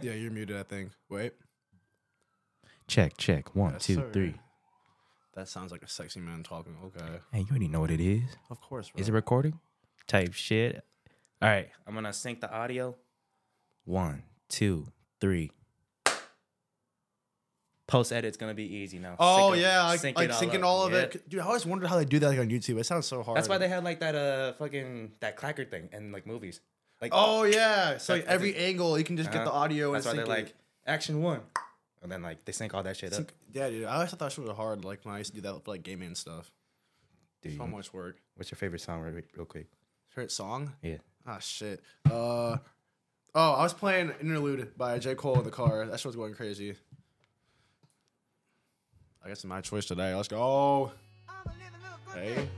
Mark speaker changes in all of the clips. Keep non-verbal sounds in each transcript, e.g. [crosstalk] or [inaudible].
Speaker 1: Yeah, you're muted, I think. Wait.
Speaker 2: Check, check. One,
Speaker 1: Yes,
Speaker 2: two, three.
Speaker 1: sir. That sounds like a sexy man talking. Okay.
Speaker 2: Hey, you already know what it is.
Speaker 1: Of course.
Speaker 2: Is it recording? Type shit. All right, I'm gonna sync the audio. One, two, three. Post edit's gonna be easy now.
Speaker 1: Oh
Speaker 2: Sync it-
Speaker 1: yeah, like,
Speaker 2: sync
Speaker 1: like
Speaker 2: it
Speaker 1: syncing
Speaker 2: up.
Speaker 1: all of
Speaker 2: Yeah.
Speaker 1: it. Dude, I always wondered how they do that like on YouTube. It sounds so hard.
Speaker 2: That's why they had like that uh fucking that clacker thing in like movies. Like
Speaker 1: Oh yeah. So like,
Speaker 2: That's-
Speaker 1: every angle you can just get the
Speaker 2: Uh-huh.
Speaker 1: audio
Speaker 2: that's why
Speaker 1: and
Speaker 2: they're
Speaker 1: sync
Speaker 2: like
Speaker 1: it.
Speaker 2: action one, and then like they sync all that shit up.
Speaker 1: Sync- Yeah, dude. I always thought that shit was hard. Like when I used to do that for like gaming and stuff.
Speaker 2: Dude,
Speaker 1: So much work.
Speaker 2: what's your favorite song, real, real quick?
Speaker 1: Favorite song?
Speaker 2: Yeah.
Speaker 1: Ah shit. Uh oh, I was playing Interlude by J. Cole in the car. That shit was going crazy. I guess it's my choice today. Let's go. Hey.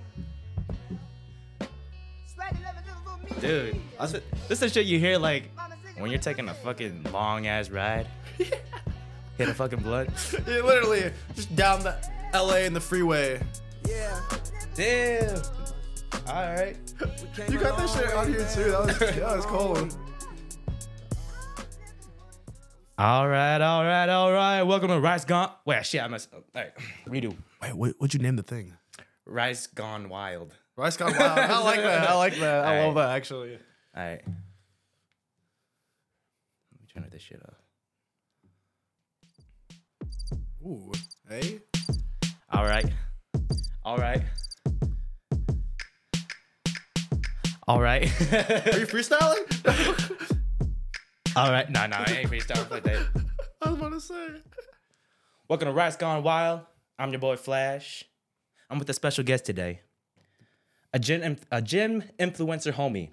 Speaker 2: Dude, this is the shit you hear like when you're taking a fucking long ass ride.
Speaker 1: [laughs]
Speaker 2: Hit a fucking blunt.
Speaker 1: Yeah, literally just down the LA in the freeway.
Speaker 3: Yeah.
Speaker 2: Damn. All right.
Speaker 1: You got that shit on here too. That was that was cold.
Speaker 2: All right. All right. All right. Welcome to Rice Gone. Wait, shit. I must. All right. Redo.
Speaker 1: Wait, what what'd you name the thing?
Speaker 2: Rice Gone Wild.
Speaker 1: Rice Gone Wild. I like that. I like that. I love
Speaker 2: Alright.
Speaker 1: that actually.
Speaker 2: All right. Let me turn this shit off.
Speaker 1: Ooh. Hey.
Speaker 2: All right. All right. All [laughs] right.
Speaker 1: Are you freestyling? [laughs]
Speaker 2: all right. No, no, I ain't freestyle like that.
Speaker 1: I was about to say.
Speaker 2: Welcome to Rice Gone Wild. I'm your boy Flash. I'm with a special guest today, a gym, a gym influencer homie,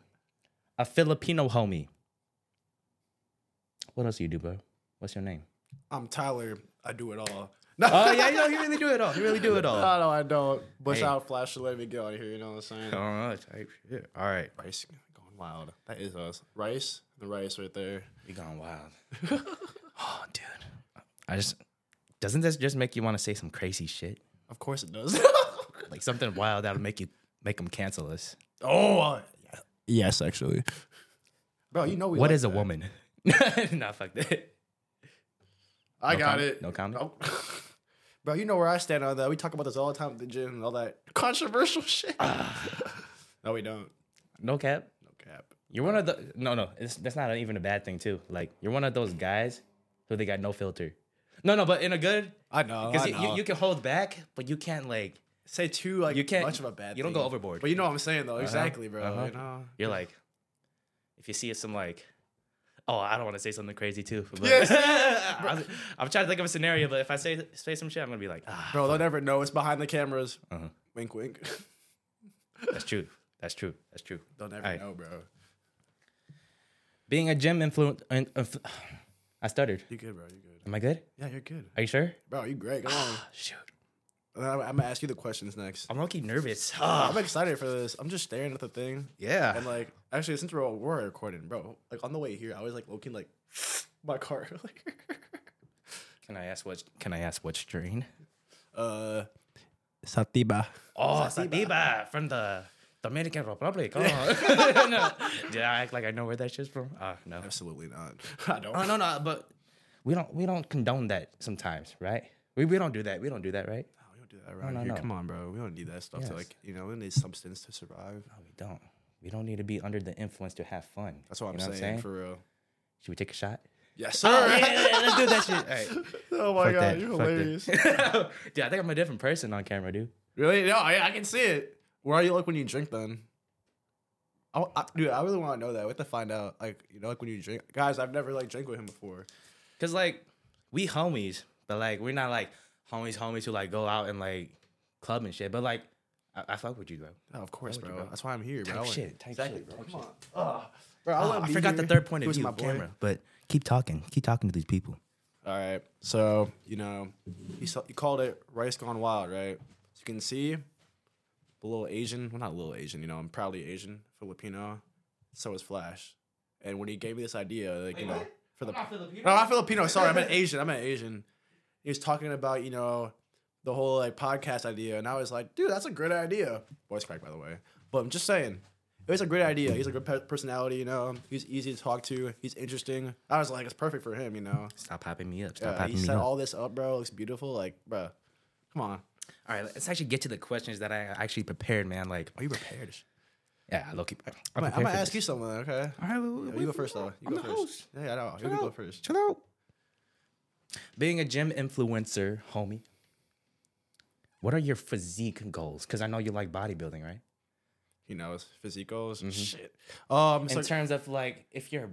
Speaker 2: a Filipino homie. What else do you do, bro? What's your name?
Speaker 1: I'm Tyler. I do it [laughs] all.
Speaker 2: Oh yeah, you know you really do it all. You really do it all.
Speaker 1: No, no, I don't. But
Speaker 2: Hey.
Speaker 1: out Flash to let me get out of here. You know what I'm saying?
Speaker 2: Oh, type shit. All right,
Speaker 1: Rice going wild. That is us. Rice, the rice right there.
Speaker 2: we gone wild. [laughs] oh, dude, I just doesn't this just make you want to say some crazy shit,
Speaker 1: Of course it does. [laughs]
Speaker 2: like something wild that'll make you make them cancel us.
Speaker 1: oh, uh, yeah. yes, actually. Bro, you know we.
Speaker 2: What
Speaker 1: like
Speaker 2: is a
Speaker 1: that.
Speaker 2: woman? [laughs] nah, fuck that.
Speaker 1: I
Speaker 2: No
Speaker 1: got
Speaker 2: comment?
Speaker 1: it. Oh.
Speaker 2: No comment?
Speaker 1: [laughs] Bro, you know where I stand on that. We talk about this all the time at the gym and all that controversial [laughs]
Speaker 2: [sighs]
Speaker 1: shit. no, we don't.
Speaker 2: No cap.
Speaker 1: No cap.
Speaker 2: You're one of the no no. It's, that's not even a bad thing too. Like you're one of those guys who they got no filter. No no, but in a good
Speaker 1: I know.
Speaker 2: because you, you, you can hold back, but you can't like
Speaker 1: say too like
Speaker 2: you can't
Speaker 1: much of a bad.
Speaker 2: You don't
Speaker 1: thing.
Speaker 2: go overboard.
Speaker 1: But you know what I'm saying though. Exactly, bro.
Speaker 2: uh-huh.
Speaker 1: You know.
Speaker 2: you're like if you see some like oh I don't want to say something crazy too. But
Speaker 1: Yes.
Speaker 2: I was- [laughs] I'm trying to think of a scenario, but if I say say some shit, I'm gonna be like ah
Speaker 1: Bro, they'll never know. It's behind the cameras.
Speaker 2: Uh-huh.
Speaker 1: Wink, wink. [laughs]
Speaker 2: that's true. That's true. That's true.
Speaker 1: they'll never
Speaker 2: Aight.
Speaker 1: know, bro.
Speaker 2: Being a gym influence, inf- [sighs] I stuttered.
Speaker 1: You good, bro? You good?
Speaker 2: Am I good?
Speaker 1: Yeah, you're good,
Speaker 2: Are you sure?
Speaker 1: bro. You great. Come
Speaker 2: [sighs]
Speaker 1: on.
Speaker 2: Shoot,
Speaker 1: I'm, I'm gonna ask you the questions next.
Speaker 2: I'm low nervous. Ah.
Speaker 1: I'm excited for this. I'm just staring at the thing,
Speaker 2: yeah.
Speaker 1: and like, actually, since we're we're recording, bro, like on the way here, I was like looking like [laughs] my car [laughs] earlier.
Speaker 2: Can I ask what? Can I ask what strain?
Speaker 1: uh, Satiba.
Speaker 2: Oh, Satiba from the Dominican Republic. Oh, [laughs] no. Did I act like I know where that shit's from? Ah, no.
Speaker 1: Absolutely not. [laughs] I don't.
Speaker 2: Oh, no, no. But we don't. We don't condone that sometimes, right? We, we don't do that. We don't do that, right?
Speaker 1: No, we don't do that around
Speaker 2: no,
Speaker 1: here.
Speaker 2: no.
Speaker 1: Come on, bro. We don't need that stuff.
Speaker 2: Yes.
Speaker 1: To, like, you know, we need substance to survive.
Speaker 2: No, we don't. We don't need to be under the influence to have fun.
Speaker 1: That's what I'm,
Speaker 2: You know
Speaker 1: saying, for real. Ah!
Speaker 2: Should we take a shot? Oh,
Speaker 1: Yes, sir.
Speaker 2: Yeah, yeah, yeah, let's do that shit. All right.
Speaker 1: [laughs] Oh my
Speaker 2: Fuck
Speaker 1: god,
Speaker 2: that.
Speaker 1: you're
Speaker 2: Fuck that. [laughs]
Speaker 1: hilarious.
Speaker 2: dude, I think I'm a different person on camera, dude.
Speaker 1: really? No, I, I can see it. Where are you like when you drink then? I, I, dude, I really want to know that. We have to find out. Like, you know, like when you drink, guys. I've never like drank with him before.
Speaker 2: Cause like we homies, but like we're not like homies homies who like go out and like club and shit. But like I, I fuck with you though.
Speaker 1: No, of course, bro.
Speaker 2: you, bro.
Speaker 1: That's why I'm here, bro. I
Speaker 2: Type
Speaker 1: wanna-
Speaker 2: shit, type
Speaker 1: exactly,
Speaker 2: shit,
Speaker 1: bro.
Speaker 2: type
Speaker 1: Come on. Ugh. Bro, I,
Speaker 2: Oh,
Speaker 1: wanna
Speaker 2: I
Speaker 1: be
Speaker 2: forgot the
Speaker 1: here.
Speaker 2: third point
Speaker 1: He
Speaker 2: of
Speaker 1: was
Speaker 2: view.
Speaker 1: my boy.
Speaker 2: camera, but keep talking, keep talking to these people.
Speaker 1: All right. So, you know, you, saw, you called it Rice Gone Wild, right? As you can see, a little Asian. Well, not a little Asian, you know, I'm proudly Asian, Filipino. So is Flash. And when he gave me this idea, like, you know, for the.
Speaker 2: Filipino.
Speaker 1: No, not Filipino. Sorry, I'm an Asian. I'm an Asian. He was talking about, you know, the whole like podcast idea. And I was like, dude, that's a great idea. Voice crack, by the way. But I'm just saying, It was a great idea. He's a good pe- personality, you know. He's easy to talk to. He's interesting. I was like, it's perfect for him, you know.
Speaker 2: Stop hyping me up. Stop
Speaker 1: Yeah, he
Speaker 2: hyping me
Speaker 1: Uh, set
Speaker 2: up.
Speaker 1: all this up, bro. It looks beautiful. Like, bro, come on.
Speaker 2: all right, let's actually get to the questions that I actually prepared, man. Like,
Speaker 1: Are you prepared?
Speaker 2: yeah, low key.
Speaker 1: I'm, gonna- I'm gonna ask you something, okay?
Speaker 2: All right,
Speaker 1: Yo, you go first, though. You
Speaker 2: I'm
Speaker 1: go
Speaker 2: the
Speaker 1: first.
Speaker 2: host.
Speaker 1: Yeah, I know. You go first.
Speaker 2: Chill out. Being a gym influencer, homie, what are your physique goals? Because I know you like bodybuilding, right?
Speaker 1: He knows physicals and
Speaker 2: Mm-hmm.
Speaker 1: shit. Um, so,
Speaker 2: In terms of like, if you're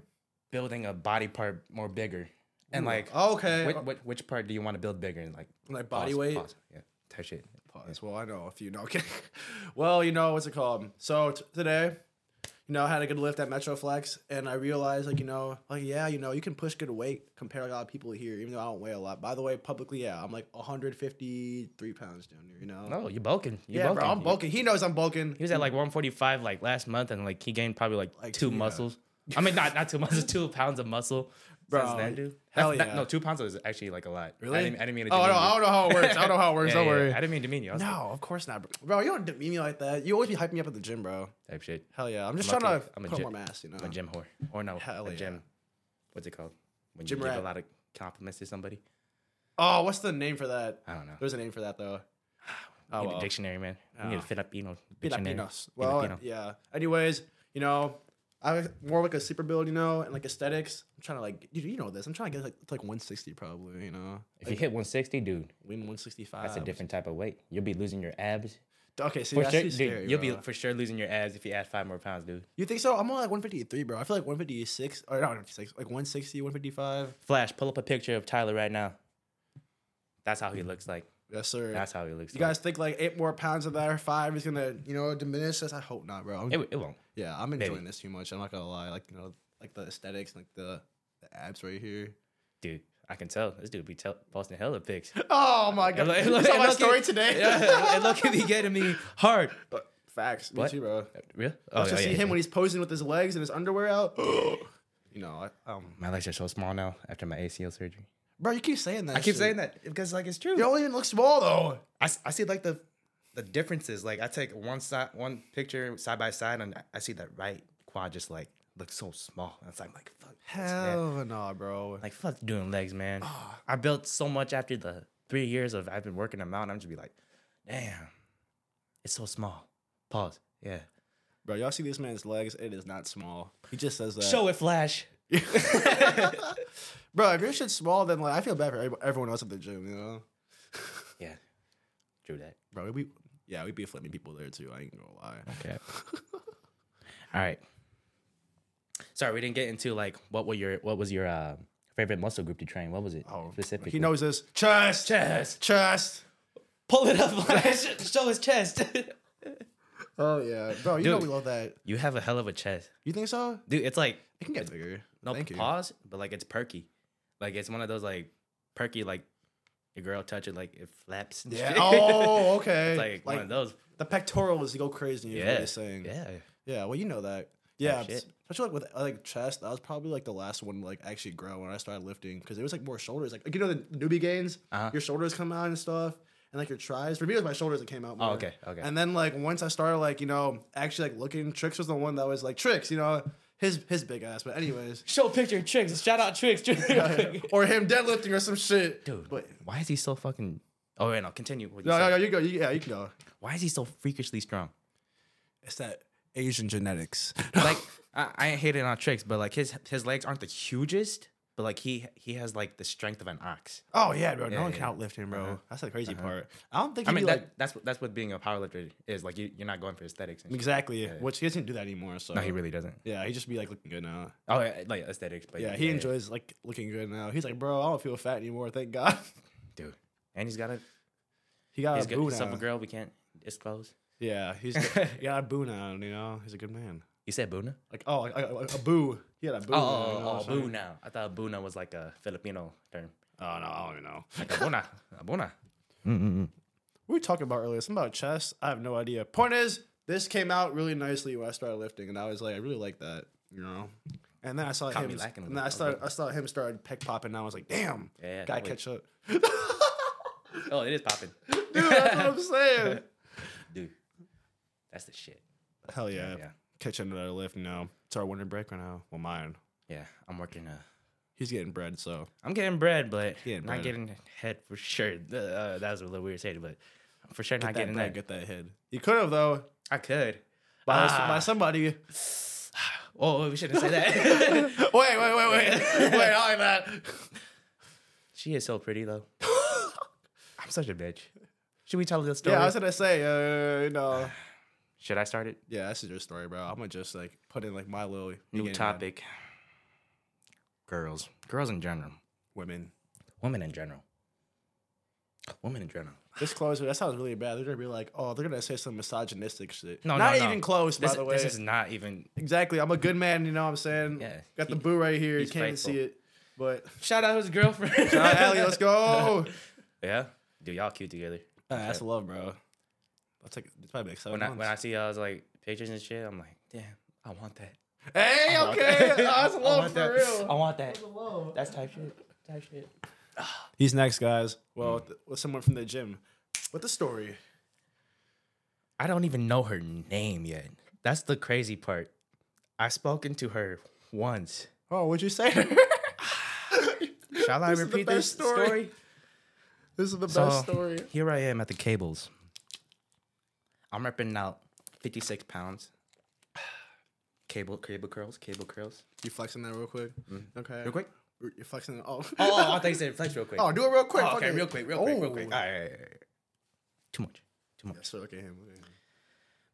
Speaker 2: building a body part more bigger, and like,
Speaker 1: oh, okay,
Speaker 2: which,
Speaker 1: Uh,
Speaker 2: which, which part do you want to build bigger? And like,
Speaker 1: like body
Speaker 2: pause,
Speaker 1: weight.
Speaker 2: pause, yeah, type shit.
Speaker 1: Pause. Well, I know a few. No, okay. [laughs] well, you know what's it called? So t- today, you know, I had a good lift at Metroflex, and I realized, like, you know, like yeah, you know, you can push good weight compared to a lot of people here, even though I don't weigh a lot. By the way, publicly, yeah, I'm like 153 pounds down here. You know.
Speaker 2: No, you're bulking. You're
Speaker 1: yeah,
Speaker 2: bulking.
Speaker 1: bro, I'm
Speaker 2: You-
Speaker 1: bulking. He knows I'm bulking.
Speaker 2: He was at like 145 like last month, and like he gained probably like,
Speaker 1: Mm. Like,
Speaker 2: two
Speaker 1: yeah. [laughs]
Speaker 2: muscles. I mean, not not two muscles, two pounds of muscle. Bro,
Speaker 1: Bro,
Speaker 2: then, dude.
Speaker 1: hell
Speaker 2: That's- that-
Speaker 1: yeah.
Speaker 2: no, two pounds is actually like a lot.
Speaker 1: Really?
Speaker 2: I didn't, I didn't mean to.
Speaker 1: Oh, I
Speaker 2: demean
Speaker 1: don't, I
Speaker 2: you.
Speaker 1: don't know how it works. I don't know
Speaker 2: [laughs]
Speaker 1: how it works.
Speaker 2: Yeah,
Speaker 1: don't
Speaker 2: yeah,
Speaker 1: worry.
Speaker 2: I didn't mean to mean you. I was
Speaker 1: No, of course not, bro. bro. You don't demean me like that. You always be hyping me up at the gym, bro.
Speaker 2: like, type shit.
Speaker 1: Hell yeah. I'm just
Speaker 2: I'm
Speaker 1: trying
Speaker 2: okay.
Speaker 1: to
Speaker 2: I'm a
Speaker 1: put
Speaker 2: gym-
Speaker 1: more mass, you know.
Speaker 2: A gym whore, or no,
Speaker 1: Hell
Speaker 2: a
Speaker 1: yeah.
Speaker 2: gym. What's it called? When
Speaker 1: Gym
Speaker 2: you give
Speaker 1: rat.
Speaker 2: a lot of compliments to somebody.
Speaker 1: Oh, what's the name for
Speaker 2: [sighs]
Speaker 1: that?
Speaker 2: I don't know.
Speaker 1: There's a name for that
Speaker 2: [sighs]
Speaker 1: though.
Speaker 2: We
Speaker 1: Oh,
Speaker 2: need a
Speaker 1: well.
Speaker 2: dictionary, man. We need
Speaker 1: Oh.
Speaker 2: a Filipino dictionary.
Speaker 1: Filipinos. Well,
Speaker 2: Filipino.
Speaker 1: yeah. Anyways, you know, I was more like a sleeper build, you know, and like aesthetics. I'm trying to like, you, you know this. I'm trying to get like to like 160 probably, you know,
Speaker 2: If you hit 160, dude,
Speaker 1: win 165.
Speaker 2: that's a different type of weight. You'll be losing your abs.
Speaker 1: Okay, see,
Speaker 2: For
Speaker 1: that's
Speaker 2: sure,
Speaker 1: too
Speaker 2: dude,
Speaker 1: scary.
Speaker 2: you'll
Speaker 1: bro.
Speaker 2: be for sure losing your abs if you add five more pounds, dude.
Speaker 1: You think so? I'm only like 153, bro. I feel like 156 or not 156, like 160, 155.
Speaker 2: Flash, pull up a picture of Tyler right now. That's how he looks like.
Speaker 1: Yes, sir.
Speaker 2: That's how he looks.
Speaker 1: you
Speaker 2: like.
Speaker 1: guys think like eight more pounds of that or five is gonna, you know, diminish us? I hope not, bro. I'm-
Speaker 2: it, it won't.
Speaker 1: Yeah, I'm enjoying
Speaker 2: Maybe.
Speaker 1: this too much. I'm not gonna lie. Like you know, like the aesthetics, like the the abs right here.
Speaker 2: Dude, I can tell this dude be tell, posting hella [laughs] pics.
Speaker 1: [laughs] Oh my god!
Speaker 2: Look-
Speaker 1: You
Speaker 2: look-
Speaker 1: saw my
Speaker 2: look at-
Speaker 1: story today. [laughs]
Speaker 2: [laughs] Yeah, and look at me getting me hard.
Speaker 1: Facts. Me
Speaker 2: What? Oh,
Speaker 1: too, bro.
Speaker 2: Real?
Speaker 1: I just see him when he's posing with his legs and his underwear [gasps] out. you know, I, um,
Speaker 2: My legs are so small now after my ACL surgery.
Speaker 1: bro, you keep saying that.
Speaker 2: I keep saying that because like it's true.
Speaker 1: You don't even look small though.
Speaker 2: I, s- I see like the the differences. Like I take one side one picture side by side and I- I see that right quad just like looks so small. And it's like, I'm like fuck. this, man.
Speaker 1: Hell no, bro.
Speaker 2: Like fuck doing legs, man. I built so much after the three years of I've been working them out. and I'm just be like, damn, it's so small. Pause. Yeah.
Speaker 1: Bro, y'all see this man's legs? It is not small. He just says that.
Speaker 2: Show it, Flash.
Speaker 1: bro, if your shit's small, then like I feel bad for every- everyone else at the gym. You know,
Speaker 2: Yeah. Drew that.
Speaker 1: bro, we yeah we be flipping people there too. I ain't gonna lie.
Speaker 2: Okay. [laughs] All right. Sorry, we didn't get into like what were your what was your uh, favorite muscle group to train? What was it
Speaker 1: Oh,
Speaker 2: specifically?
Speaker 1: He knows this. Chest,
Speaker 2: chest.
Speaker 1: chest.
Speaker 2: Pull it up, [laughs] Flash. Show his chest.
Speaker 1: Oh yeah, bro. You know
Speaker 2: Dude.
Speaker 1: we love that.
Speaker 2: you have a hell of a chest,
Speaker 1: You think so?
Speaker 2: dude. It's like
Speaker 1: It can get bigger.
Speaker 2: no
Speaker 1: Thank you.
Speaker 2: pause, but like it's perky. Like it's one of those like perky like your girl touch it like it flaps. and
Speaker 1: Yeah.
Speaker 2: shit.
Speaker 1: Oh, okay.
Speaker 2: [laughs] It's like, one of those.
Speaker 1: the pectorals go crazy. Is What
Speaker 2: Yeah.
Speaker 1: he's saying. Yeah.
Speaker 2: Yeah.
Speaker 1: Well, you know that. Yeah.
Speaker 2: shit.
Speaker 1: especially like with uh, like chest, that was probably like the last one to like actually grow when I started lifting because it was like more shoulders. Like, you know the newbie gains,
Speaker 2: Uh-huh.
Speaker 1: your shoulders come out and stuff. And like your tries, for me it was my shoulders that came out. More.
Speaker 2: Oh, okay, okay.
Speaker 1: And then like once I started like you know actually like looking, Tricks was the one that was like Tricks, you know his his big ass. But
Speaker 2: [laughs]
Speaker 1: anyways,
Speaker 2: Show picture tricks. Shout out [laughs] tricks.
Speaker 1: [laughs] or him deadlifting or some shit.
Speaker 2: Dude,
Speaker 1: but
Speaker 2: why is he so fucking? Oh, yeah, no, continue. what you
Speaker 1: no, no,
Speaker 2: said.
Speaker 1: no, you go. You, yeah, you can go.
Speaker 2: Why is he so freakishly strong?
Speaker 1: It's that Asian genetics.
Speaker 2: Like, [laughs] I, I ain't hating on tricks, but like his his legs aren't the hugest, but like he he has like the strength of an ox.
Speaker 1: [laughs] oh yeah, bro.
Speaker 2: Yeah,
Speaker 1: no one can
Speaker 2: yeah.
Speaker 1: outlift him, bro.
Speaker 2: Uh-huh.
Speaker 1: That's the crazy part. I don't think.
Speaker 2: I
Speaker 1: He'd
Speaker 2: mean,
Speaker 1: be
Speaker 2: that,
Speaker 1: like
Speaker 2: that's what that's what being a powerlifter is. Like, you, you're not going for aesthetics. And shit.
Speaker 1: exactly. Which he doesn't do that anymore. So
Speaker 2: No, he really doesn't.
Speaker 1: yeah, he just be like looking good now.
Speaker 2: Oh, yeah, like aesthetics, but
Speaker 1: Yeah, he enjoys like looking good now. He's like, bro, I don't feel fat anymore. Thank God. [laughs]
Speaker 2: dude. And he's got a
Speaker 1: He got
Speaker 2: he's
Speaker 1: a
Speaker 2: got
Speaker 1: boo
Speaker 2: himself
Speaker 1: now.
Speaker 2: a girl. We can't disclose.
Speaker 1: Yeah,
Speaker 2: [laughs]
Speaker 1: he's he got a boo now. You know, he's a good man.
Speaker 2: You said Buna?
Speaker 1: Like oh, like, a, a boo. He had a boo. now, you know
Speaker 2: Oh, oh, oh,
Speaker 1: what I'm
Speaker 2: oh,
Speaker 1: saying?
Speaker 2: Buna. I thought Buna was like a Filipino term.
Speaker 1: Oh no, I don't even know.
Speaker 2: Like a
Speaker 1: [laughs]
Speaker 2: Buna, a Buna.
Speaker 1: we were talking about earlier something about chest. I have no idea. Point is, this came out really nicely when I started lifting, and I was like, I really like that, you know. And then I saw
Speaker 2: Caught me
Speaker 1: him.
Speaker 2: lacking a
Speaker 1: And
Speaker 2: little
Speaker 1: then I
Speaker 2: bit.
Speaker 1: started. I saw him started pick popping. And I was like, damn,
Speaker 2: Yeah,
Speaker 1: gotta
Speaker 2: wait.
Speaker 1: catch up, [laughs]
Speaker 2: Oh, it is popping,
Speaker 1: dude. That's what I'm saying.
Speaker 2: dude. That's the shit.
Speaker 1: [laughs] Hell yeah.
Speaker 2: Yeah.
Speaker 1: catching another lift. You know, it's our winter break right now. Well, mine.
Speaker 2: Yeah, I'm working. Uh,
Speaker 1: He's getting bread, so
Speaker 2: I'm getting bread, but
Speaker 1: Getting
Speaker 2: not
Speaker 1: bread.
Speaker 2: getting head for sure. [laughs] Uh, uh, that was a little weird to say, but for sure not
Speaker 1: get that
Speaker 2: getting
Speaker 1: bread,
Speaker 2: that.
Speaker 1: get that head. He could have though
Speaker 2: I could.
Speaker 1: by,
Speaker 2: Ah.
Speaker 1: by
Speaker 2: [laughs]
Speaker 1: somebody. [laughs]
Speaker 2: Oh, we shouldn't say that. [laughs]
Speaker 1: Wait, wait, wait, wait, wait! I like that.
Speaker 2: she is so
Speaker 1: [laughs]
Speaker 2: pretty though. I'm such a bitch. Should we tell this story?
Speaker 1: Yeah, I was gonna say, uh, you
Speaker 2: [sighs]
Speaker 1: know,
Speaker 2: Should I start it?
Speaker 1: yeah, that's your story, bro. I'm gonna just like put in like my little you
Speaker 2: New
Speaker 1: getting mad.
Speaker 2: topic. Girls. Girls in general.
Speaker 1: Women
Speaker 2: Women in general. Women in general.
Speaker 1: disclosure. That sounds really bad. They're gonna be like, oh, they're gonna say some misogynistic shit.
Speaker 2: No, no,
Speaker 1: not
Speaker 2: no.
Speaker 1: even close,
Speaker 2: This,
Speaker 1: by the way.
Speaker 2: this is not even.
Speaker 1: Exactly. I'm a good man, you know what I'm saying?
Speaker 2: Yeah.
Speaker 1: Got the
Speaker 2: He-
Speaker 1: boo right here. You
Speaker 2: he's
Speaker 1: can't even see
Speaker 2: faithful.
Speaker 1: it. But
Speaker 2: Shout out his [laughs] girlfriend.
Speaker 1: all right, Allie, let's [laughs] go.
Speaker 2: Yeah. Dude, y'all cute together.
Speaker 1: Ah, that's love, bro. That's like it's probably like seven
Speaker 2: When I, when I
Speaker 1: months.
Speaker 2: see y'all's like pictures and shit, I'm like, damn, I want that.
Speaker 1: hey,
Speaker 2: I want
Speaker 1: okay.
Speaker 2: [laughs] that.
Speaker 1: Ah, That's
Speaker 2: I
Speaker 1: love
Speaker 2: want
Speaker 1: for
Speaker 2: that. I
Speaker 1: real.
Speaker 2: want that. That's type shit. Type shit.
Speaker 1: He's next, guys. Hmm. Well, th- with someone from the gym. What the story?
Speaker 2: I don't even know her name yet. That's the crazy part. I've spoken to her once.
Speaker 1: Oh, what'd you say? [laughs]
Speaker 2: Shall I
Speaker 1: This is the
Speaker 2: repeat
Speaker 1: best
Speaker 2: this
Speaker 1: story.
Speaker 2: story?
Speaker 1: this is the
Speaker 2: So
Speaker 1: best story.
Speaker 2: here I am at the cables. I'm repping out 56 pounds. [sighs] Cable, cable curls, cable curls.
Speaker 1: You flexing that real quick? Okay.
Speaker 2: Hmm. Real quick.
Speaker 1: You're flexing it. [laughs] Oh.
Speaker 2: Oh, I thought you said flex real
Speaker 1: [laughs]
Speaker 2: quick.
Speaker 1: Oh, do it real quick.
Speaker 2: Oh,
Speaker 1: fuck
Speaker 2: okay,
Speaker 1: it.
Speaker 2: real quick, real quick, real quick.
Speaker 1: Oh.
Speaker 2: All right, all right, all right. Too much, too much.
Speaker 1: Yeah, so look at him. look at him.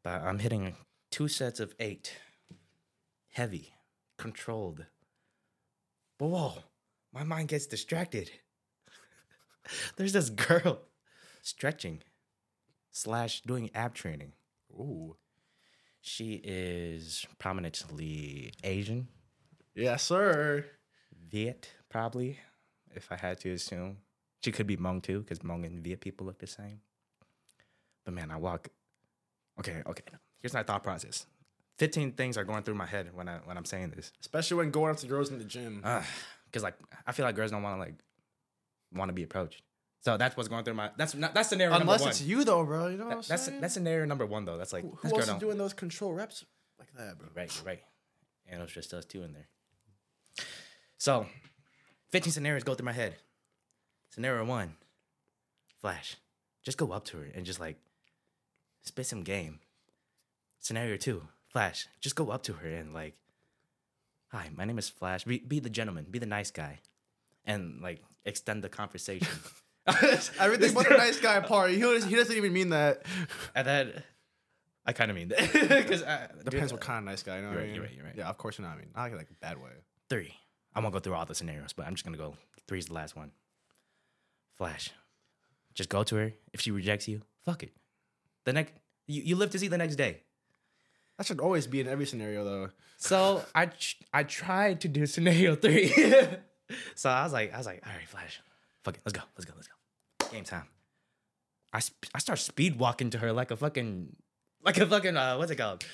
Speaker 2: But I'm hitting two sets of eight. Heavy, controlled. But whoa, my mind gets distracted. [laughs] There's this girl stretching slash doing ab training.
Speaker 1: Ooh.
Speaker 2: She is prominently Asian,
Speaker 1: Yes, sir.
Speaker 2: Viet, probably, if I had to assume. She could be Hmong too, because Hmong and Viet people look the same. But man, I walk. Okay, okay. Here's my thought process. Fifteen things are going through my head when I when I'm saying this,
Speaker 1: Especially when going up to girls in the gym.
Speaker 2: because like I feel like girls don't want to like want to be approached. So that's what's going through my. That's not, that's scenario
Speaker 1: Unless
Speaker 2: number
Speaker 1: it's
Speaker 2: one.
Speaker 1: you though, bro. You know what I'm
Speaker 2: That- that's
Speaker 1: saying?
Speaker 2: that's scenario number one though. That's like
Speaker 1: Who-
Speaker 2: this
Speaker 1: Who
Speaker 2: girl
Speaker 1: else is
Speaker 2: don't-
Speaker 1: doing those control reps like that,
Speaker 2: [laughs]
Speaker 1: bro?
Speaker 2: Right, you're right. And it was just us two in there. So, 15 scenarios go through my head. Scenario one Flash, just go up to her and just like spit some game. Scenario two Flash, just go up to her and like, hi, my name is Flash. Be, be the gentleman, be the nice guy, and like extend
Speaker 1: [laughs]
Speaker 2: the conversation.
Speaker 1: Everything but the nice guy part. He, always- he doesn't even mean
Speaker 2: [laughs]
Speaker 1: that.
Speaker 2: and then I kind of mean that. [laughs] Because
Speaker 1: Depends what kind of nice guy. You know what I
Speaker 2: You're right,
Speaker 1: mean?
Speaker 2: you're right, you're right.
Speaker 1: Yeah, of course you know what I mean. Not like a bad way.
Speaker 2: three. I won't go through all the scenarios, but I'm just gonna go. Three's the last one. Flash. Just go to her. If she rejects you, fuck it. The next, you, you live to see the next day.
Speaker 1: That should always be in every scenario though.
Speaker 2: So I tr- I tried to do scenario three. [laughs] so I was like, I was like, all right, Flash, fuck it, let's go, let's go, let's go. Game time. I sp- I start speed walking to her like a fucking like a fucking uh, what's it called?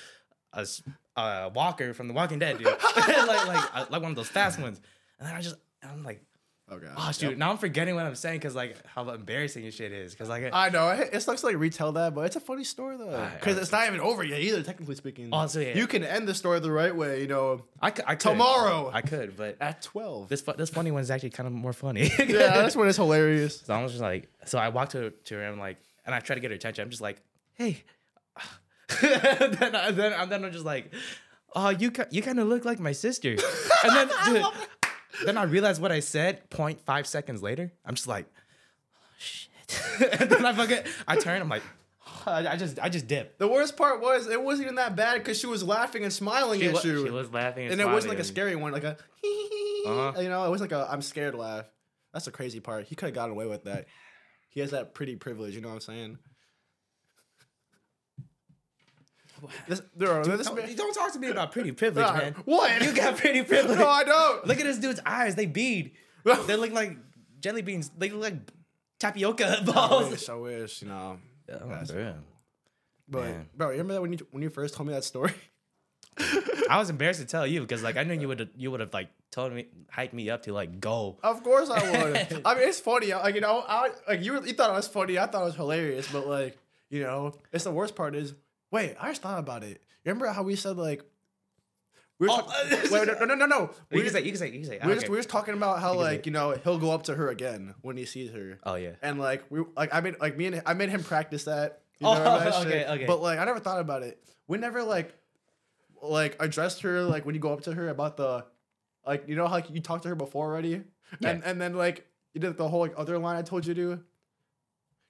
Speaker 2: A s- uh, walker from The Walking Dead, dude. [laughs] like like uh, like one of those fast ones. And then I just I'm like.
Speaker 1: Oh god.
Speaker 2: Oh shoot! Now I'm forgetting what I'm saying because like how embarrassing this shit is. Because like, I-
Speaker 1: I know. It it sucks to like retell that, but it's a funny story though.
Speaker 2: Alright,
Speaker 1: Because it's not even over yet either, technically speaking.
Speaker 2: Also, Oh, yeah.
Speaker 1: You can end the story the right way, you know,
Speaker 2: I, cou- I could
Speaker 1: Tomorrow.
Speaker 2: I could, but
Speaker 1: at 12.
Speaker 2: this fu- this funny one's actually kind of more funny.
Speaker 1: [laughs]
Speaker 2: [laughs]
Speaker 1: yeah, that's when it's hilarious.
Speaker 2: So I was just like, so I walked to to her and like, and I try to get her attention. I'm just like, hey. [laughs] then I, then I'm then I'm just like, oh, you ki- you kind of look like my sister.
Speaker 1: [laughs]
Speaker 2: and then dude, then I realized what I said. 0.5 seconds later, I'm just like, "Oh, shit. [laughs] and then I fucking I turn. I'm like, "Oh, I, I just I just dip.
Speaker 1: The worst part was it wasn't even that bad because she was laughing and smiling at
Speaker 2: wa-
Speaker 1: you.
Speaker 2: laughing,
Speaker 1: and it wasn't like a
Speaker 2: smiling.
Speaker 1: scary one, like a
Speaker 2: Uh-huh.
Speaker 1: [laughs] you know, it wasn't like a I'm scared laugh. That's the crazy part. He could have gotten away with that. He has that pretty privilege, you know what I'm saying? This, there are, this
Speaker 2: Don't,
Speaker 1: [laughs] man,
Speaker 2: you don't talk to me about pretty privilege,
Speaker 1: Nah,
Speaker 2: man.
Speaker 1: what?
Speaker 2: You got pretty
Speaker 1: [laughs]
Speaker 2: privilege.
Speaker 1: no, I don't.
Speaker 2: look at this dude's eyes. They bead.
Speaker 1: [laughs]
Speaker 2: they look like jelly beans. They look like tapioca [laughs]
Speaker 1: I
Speaker 2: balls.
Speaker 1: wish, I wish, you know.
Speaker 2: Oh, man.
Speaker 1: But
Speaker 2: Man.
Speaker 1: bro, remember that when you when you first told me that story? [laughs]
Speaker 2: I was embarrassed to tell you because like I knew you would you would have like told me hyped me up to like go.
Speaker 1: Of course I would. I mean, it's funny. I- Like you know, I like you. were- You thought it was funny. I thought it was hilarious. But like you know, it's the worst part is Wait, I just thought about it. Remember how we said like we were
Speaker 2: Oh,
Speaker 1: talk- wait, no, no, no, no. We
Speaker 2: You
Speaker 1: were
Speaker 2: can
Speaker 1: just,
Speaker 2: say, you can say, you can say.
Speaker 1: we were
Speaker 2: okay.
Speaker 1: just, we were just talking about how
Speaker 2: You can say
Speaker 1: like you know he'll go up to her again when he sees her,
Speaker 2: oh yeah.
Speaker 1: and like we like I made like me and I made him practice that. You
Speaker 2: Oh,
Speaker 1: know, that shit.
Speaker 2: [laughs] okay, okay.
Speaker 1: But like I never thought about it. We never like like addressed her like when you go up to her about the like you know how like, you talked to her before already,
Speaker 2: Yeah.
Speaker 1: and and then like you did the whole like other line I told you to.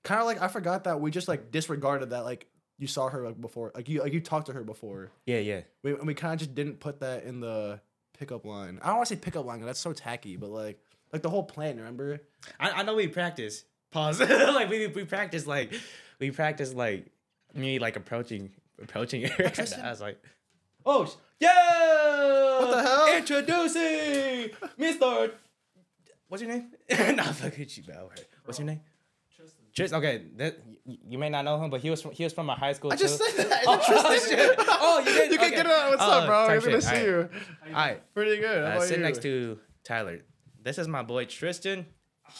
Speaker 1: Kind of like I forgot that we just like disregarded that like you saw her like before like you like you talked to her before.
Speaker 2: Yeah, yeah.
Speaker 1: We, and we kind of just didn't put that in the pickup line. I don't want to say pickup line 'cause that's so tacky, but like like the whole plan. Remember?
Speaker 2: I, I know we practice. Pause. [laughs] like we we practice like we practice like me like approaching [laughs] approaching her.
Speaker 1: Tristan?
Speaker 2: I was like, oh sh- yeah.
Speaker 1: What the hell? [laughs]
Speaker 2: Introducing Mister. What's your name? [laughs] nah, fuck it, you bro. What's your name?
Speaker 3: Tristan.
Speaker 2: Tristan. Okay, that, you, you may not know him, but he was from, he was from my high school.
Speaker 1: I just
Speaker 2: [laughs] too.
Speaker 1: said [laughs] that.
Speaker 2: Oh, shit. Oh, you did?
Speaker 1: can
Speaker 2: Okay.
Speaker 1: get it out. What's
Speaker 2: Oh,
Speaker 1: up, bro?
Speaker 2: type
Speaker 1: Good to
Speaker 2: shit.
Speaker 1: see
Speaker 2: Alright.
Speaker 1: you.
Speaker 2: All right,
Speaker 1: Pretty good. How
Speaker 2: uh,
Speaker 1: about
Speaker 2: sit
Speaker 1: you?
Speaker 2: next to Tyler. This is my boy Tristan.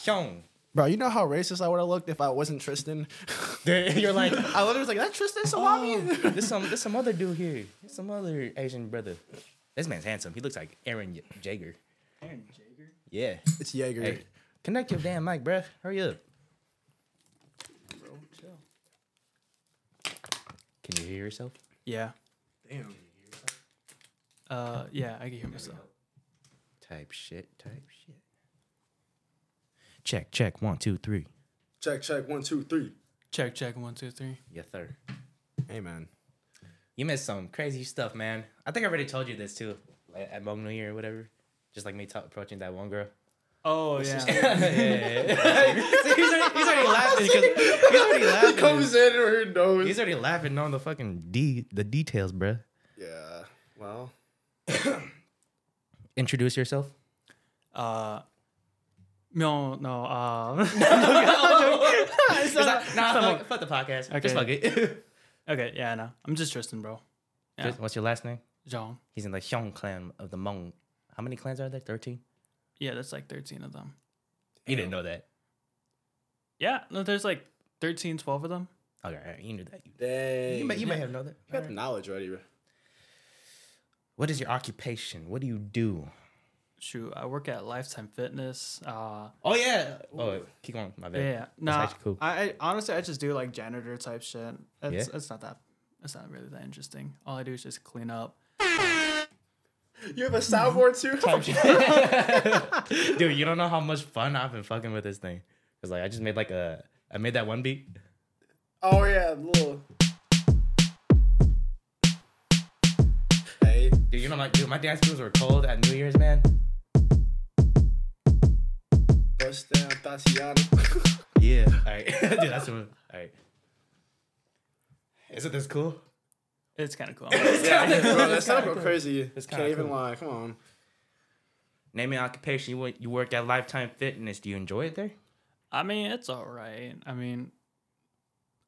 Speaker 2: Hyung.
Speaker 1: Bro, you know how racist I would have looked if I wasn't Tristan. [laughs]
Speaker 2: [laughs] You're like,
Speaker 1: I literally was like, "That Tristan
Speaker 2: Oh,
Speaker 1: Salami." [laughs]
Speaker 2: there's some there's some other dude here. There's some other Asian brother. This man's handsome. He looks like Aaron Ye- Jaeger.
Speaker 3: Aaron Jaeger.
Speaker 2: Yeah.
Speaker 1: it's Jaeger.
Speaker 2: Hey, connect your damn mic, bruh. Hurry up.
Speaker 3: Bro, chill.
Speaker 2: Can you hear yourself?
Speaker 3: Yeah.
Speaker 1: Damn.
Speaker 3: Uh, yeah, I can hear myself.
Speaker 2: Type shit. Type shit. Check check one two three.
Speaker 1: Check, check. One, two, three.
Speaker 3: Check, check. One, two, three.
Speaker 2: Yes sir.
Speaker 1: Hey, man.
Speaker 2: You missed some crazy stuff, man. I think I already told you this too, like at Mong New Year or whatever. Just like me ta- approaching that one girl.
Speaker 3: Oh yeah. [laughs]
Speaker 2: yeah, [laughs] yeah, yeah. See, he's, already, he's already laughing 'cause- he's already laughing.
Speaker 1: in where he knows.
Speaker 2: He's already laughing on the fucking de- the details, bruh.
Speaker 1: yeah. Well.
Speaker 2: Introduce yourself.
Speaker 3: uh, no, no. Uh,
Speaker 2: [laughs]
Speaker 3: [laughs]
Speaker 2: It's not- nah, fuck, fuck the podcast. [laughs]
Speaker 3: Okay.
Speaker 2: Just fuck it.
Speaker 3: okay, yeah, no. I'm just Tristan, bro. Yeah.
Speaker 2: Just- what's your last name?
Speaker 3: Zhong.
Speaker 2: He's in the Hyung clan of the Hmong. How many clans are there? Thirteen.
Speaker 3: Yeah, that's like 13 of them.
Speaker 2: You didn't know that.
Speaker 3: Yeah, no, there's like 13, 12 of them.
Speaker 2: Okay, all right, you knew that. You,
Speaker 1: Dang.
Speaker 2: you may, you may have known that.
Speaker 1: got the knowledge already. Bro.
Speaker 2: What is your occupation? What do you do?
Speaker 3: Shoot, I work at Lifetime Fitness. Uh,
Speaker 2: Oh yeah. Oh, keep going. My bad.
Speaker 3: yeah, yeah. no,
Speaker 2: actually cool.
Speaker 3: I, I honestly I just do like janitor type shit. It's,
Speaker 2: Yeah?
Speaker 3: it's not that. It's not really that interesting. All I do is just clean up.
Speaker 1: You
Speaker 2: [laughs]
Speaker 1: have a soundboard too.
Speaker 2: Dude, you don't know how much fun I've been fucking with this thing. Cause like I just made like a, I made that one beat.
Speaker 1: oh yeah, little. Hey.
Speaker 2: Dude, you know my dude, my dance moves were cold at New Year's, man.
Speaker 1: Bust down, Tatiana.
Speaker 2: Yeah. All right, [laughs] dude, that's all right. Isn't this cool?
Speaker 3: It's kind [laughs] of cool.
Speaker 1: Bro, that
Speaker 2: [laughs]
Speaker 1: sounds crazy.
Speaker 2: It's kinda
Speaker 1: Can't even
Speaker 2: cool.
Speaker 1: lie. Come on.
Speaker 2: Name an occupation. You work, you work at Lifetime Fitness. Do you enjoy it there?
Speaker 3: I mean, it's all right. I mean,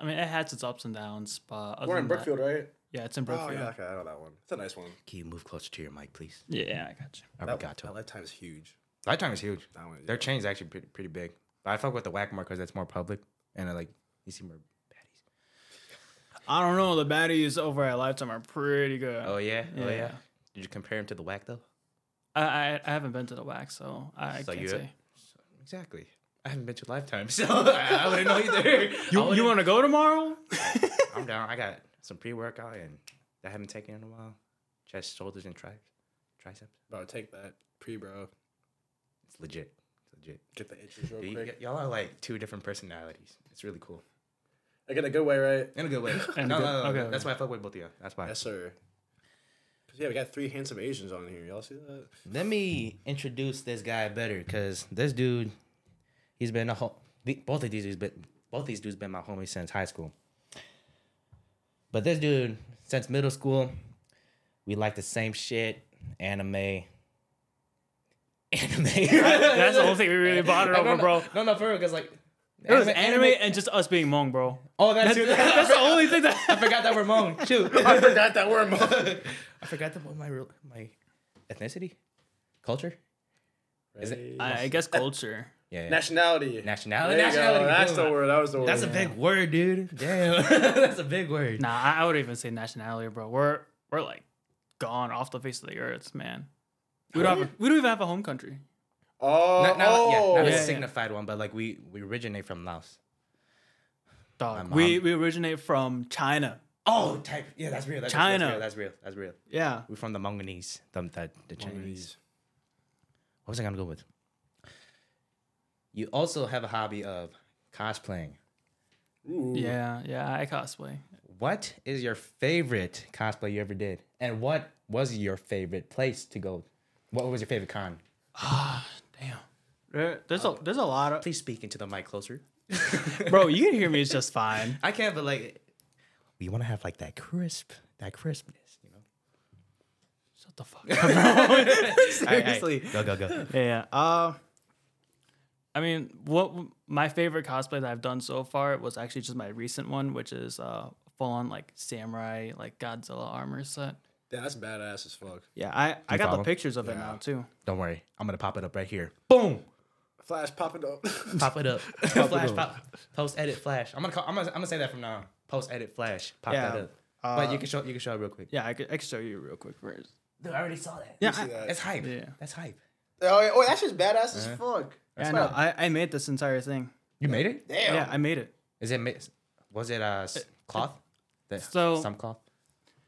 Speaker 3: I mean, it has its ups and downs, but other
Speaker 1: We're in
Speaker 3: than that-
Speaker 1: Brookfield, right?
Speaker 3: yeah, it's in
Speaker 1: Oh
Speaker 3: Brookfield.
Speaker 1: yeah,
Speaker 3: yeah.
Speaker 1: okay, I know that one. It's a nice one.
Speaker 2: Can you move closer to your mic, please?
Speaker 3: I got you.
Speaker 2: I
Speaker 1: That,
Speaker 2: forgot to.
Speaker 1: that lifetime is huge.
Speaker 2: Lifetime is huge.
Speaker 1: That one.
Speaker 2: Their chain's actually pretty, pretty big. But I fuck with the whack more because that's more public and I like you see more baddies.
Speaker 3: I don't know. The baddies over at Lifetime are pretty good.
Speaker 2: Oh yeah, oh yeah.
Speaker 3: Yeah.
Speaker 2: Did you compare him to the whack though?
Speaker 3: I, I I haven't been to the wax, so I
Speaker 2: So
Speaker 3: can't
Speaker 2: you-
Speaker 3: say.
Speaker 2: Exactly. I haven't been to Lifetime, [laughs] so I, I wouldn't know either.
Speaker 3: You, you want to go tomorrow?
Speaker 2: I'm down. I got some pre workout and that I haven't taken in a while. Chest, shoulders, and tri- triceps.
Speaker 1: Bro, take that pre, bro.
Speaker 2: It's legit. It's legit.
Speaker 1: Get the itches real
Speaker 2: Dude,
Speaker 1: quick.
Speaker 2: y- y'all are like two different personalities. It's really cool.
Speaker 1: I get a good way, right?
Speaker 2: In a
Speaker 3: [laughs]
Speaker 2: good way. no, no,
Speaker 3: good-
Speaker 2: no, no.
Speaker 3: okay,
Speaker 2: That's why I fuck with both of y'all. That's why.
Speaker 1: Yes, sir. 'Cause, Yeah, we got three handsome Asians on here. Y'all see that?
Speaker 2: Let me introduce this guy better, cause this dude, he's been a ho- the- both of these dudes been both these dudes been my homie since high school. But this dude since middle school, we like the same shit, anime.
Speaker 3: [laughs]
Speaker 2: Anime.
Speaker 3: That's the only thing we really [laughs] bothered
Speaker 2: No, no,
Speaker 3: over,
Speaker 2: no.
Speaker 3: bro.
Speaker 2: No, no, for real, cause like
Speaker 3: It was anime, and just us being Hmong, bro.
Speaker 2: Oh, that's,
Speaker 3: That's,
Speaker 2: too.
Speaker 3: [laughs] that's the only thing
Speaker 2: [laughs] I
Speaker 3: [laughs] that.
Speaker 2: forgot that we're Hmong. Shoot.
Speaker 1: I forgot that we're Hmong.
Speaker 2: [laughs] I forgot that my real- my ethnicity, culture. Is it-
Speaker 1: Right.
Speaker 3: I, I guess culture.
Speaker 2: Yeah. yeah.
Speaker 1: Nationality.
Speaker 2: Nationality.
Speaker 1: There you go.
Speaker 2: nationality.
Speaker 1: That's
Speaker 2: boom.
Speaker 1: the word. That was the word.
Speaker 2: That's a big word, dude. Damn. [laughs] That's a big word.
Speaker 3: Nah, I, I would even say nationality, bro. We're we're like gone off the face of the earth, man. We don't have a, we don't even have a home country.
Speaker 1: Oh,
Speaker 2: Not, not-
Speaker 1: oh.
Speaker 2: yeah, not
Speaker 3: Yeah,
Speaker 2: a
Speaker 3: yeah.
Speaker 2: signified one, but like we we originate from Laos.
Speaker 3: Dog.
Speaker 2: My
Speaker 3: We
Speaker 2: mom-
Speaker 3: we originate from China.
Speaker 2: Oh, type. Yeah, that's real. That's real,
Speaker 3: China.
Speaker 2: That's real. That's real. That's real.
Speaker 3: Yeah.
Speaker 2: We're from the Mongolese. The, the, the Chinese. What was I gonna go with? You also have a hobby of cosplaying.
Speaker 1: Ooh.
Speaker 3: Yeah, yeah, I cosplay.
Speaker 2: What is your favorite cosplay you ever did? And what was your favorite place to go? What was your favorite con?
Speaker 3: Damn. There, there's a there's a lot of
Speaker 2: Please speak into the mic closer.
Speaker 3: bro. You can hear me. It's just [laughs] fine.
Speaker 2: I can't, but like, we want to have like that crisp, that crispness, you know?
Speaker 3: Shut the fuck up. Bro.
Speaker 2: [laughs] Seriously. Go, go, [laughs] go.
Speaker 3: Yeah. Uh, I mean, what my favorite cosplay that I've done so far was actually just my recent one, which is uh, full on like samurai, like Godzilla armor set.
Speaker 1: Damn, that's badass as fuck.
Speaker 3: Yeah, I, I got
Speaker 2: follow?
Speaker 3: the pictures of it
Speaker 1: Yeah.
Speaker 3: now too.
Speaker 2: Don't worry. I'm going to pop it up right here. Boom.
Speaker 1: Flash popping up.
Speaker 2: [laughs]
Speaker 1: [laughs]
Speaker 2: Pop it up. [laughs] flash, pop. Post edit flash. I'm going to I'm gonna, I'm gonna say that from now on. Post edit flash. Pop
Speaker 3: Yeah, uh,
Speaker 2: that up. but you can show you can show it real quick.
Speaker 3: Yeah, I could, I could show you real quick first.
Speaker 2: Dude, I already saw that.
Speaker 3: Yeah,
Speaker 1: see
Speaker 3: I,
Speaker 1: that?
Speaker 2: That's hype.
Speaker 3: Yeah.
Speaker 2: That's hype.
Speaker 1: oh, yeah, oh, that shit's badass as fuck.
Speaker 3: yeah, no, I, I made this entire thing.
Speaker 2: You made it?
Speaker 1: Damn.
Speaker 3: Yeah, I made it.
Speaker 2: Is it, ma- was it uh, s- cloth? The-
Speaker 3: So-
Speaker 2: some cloth?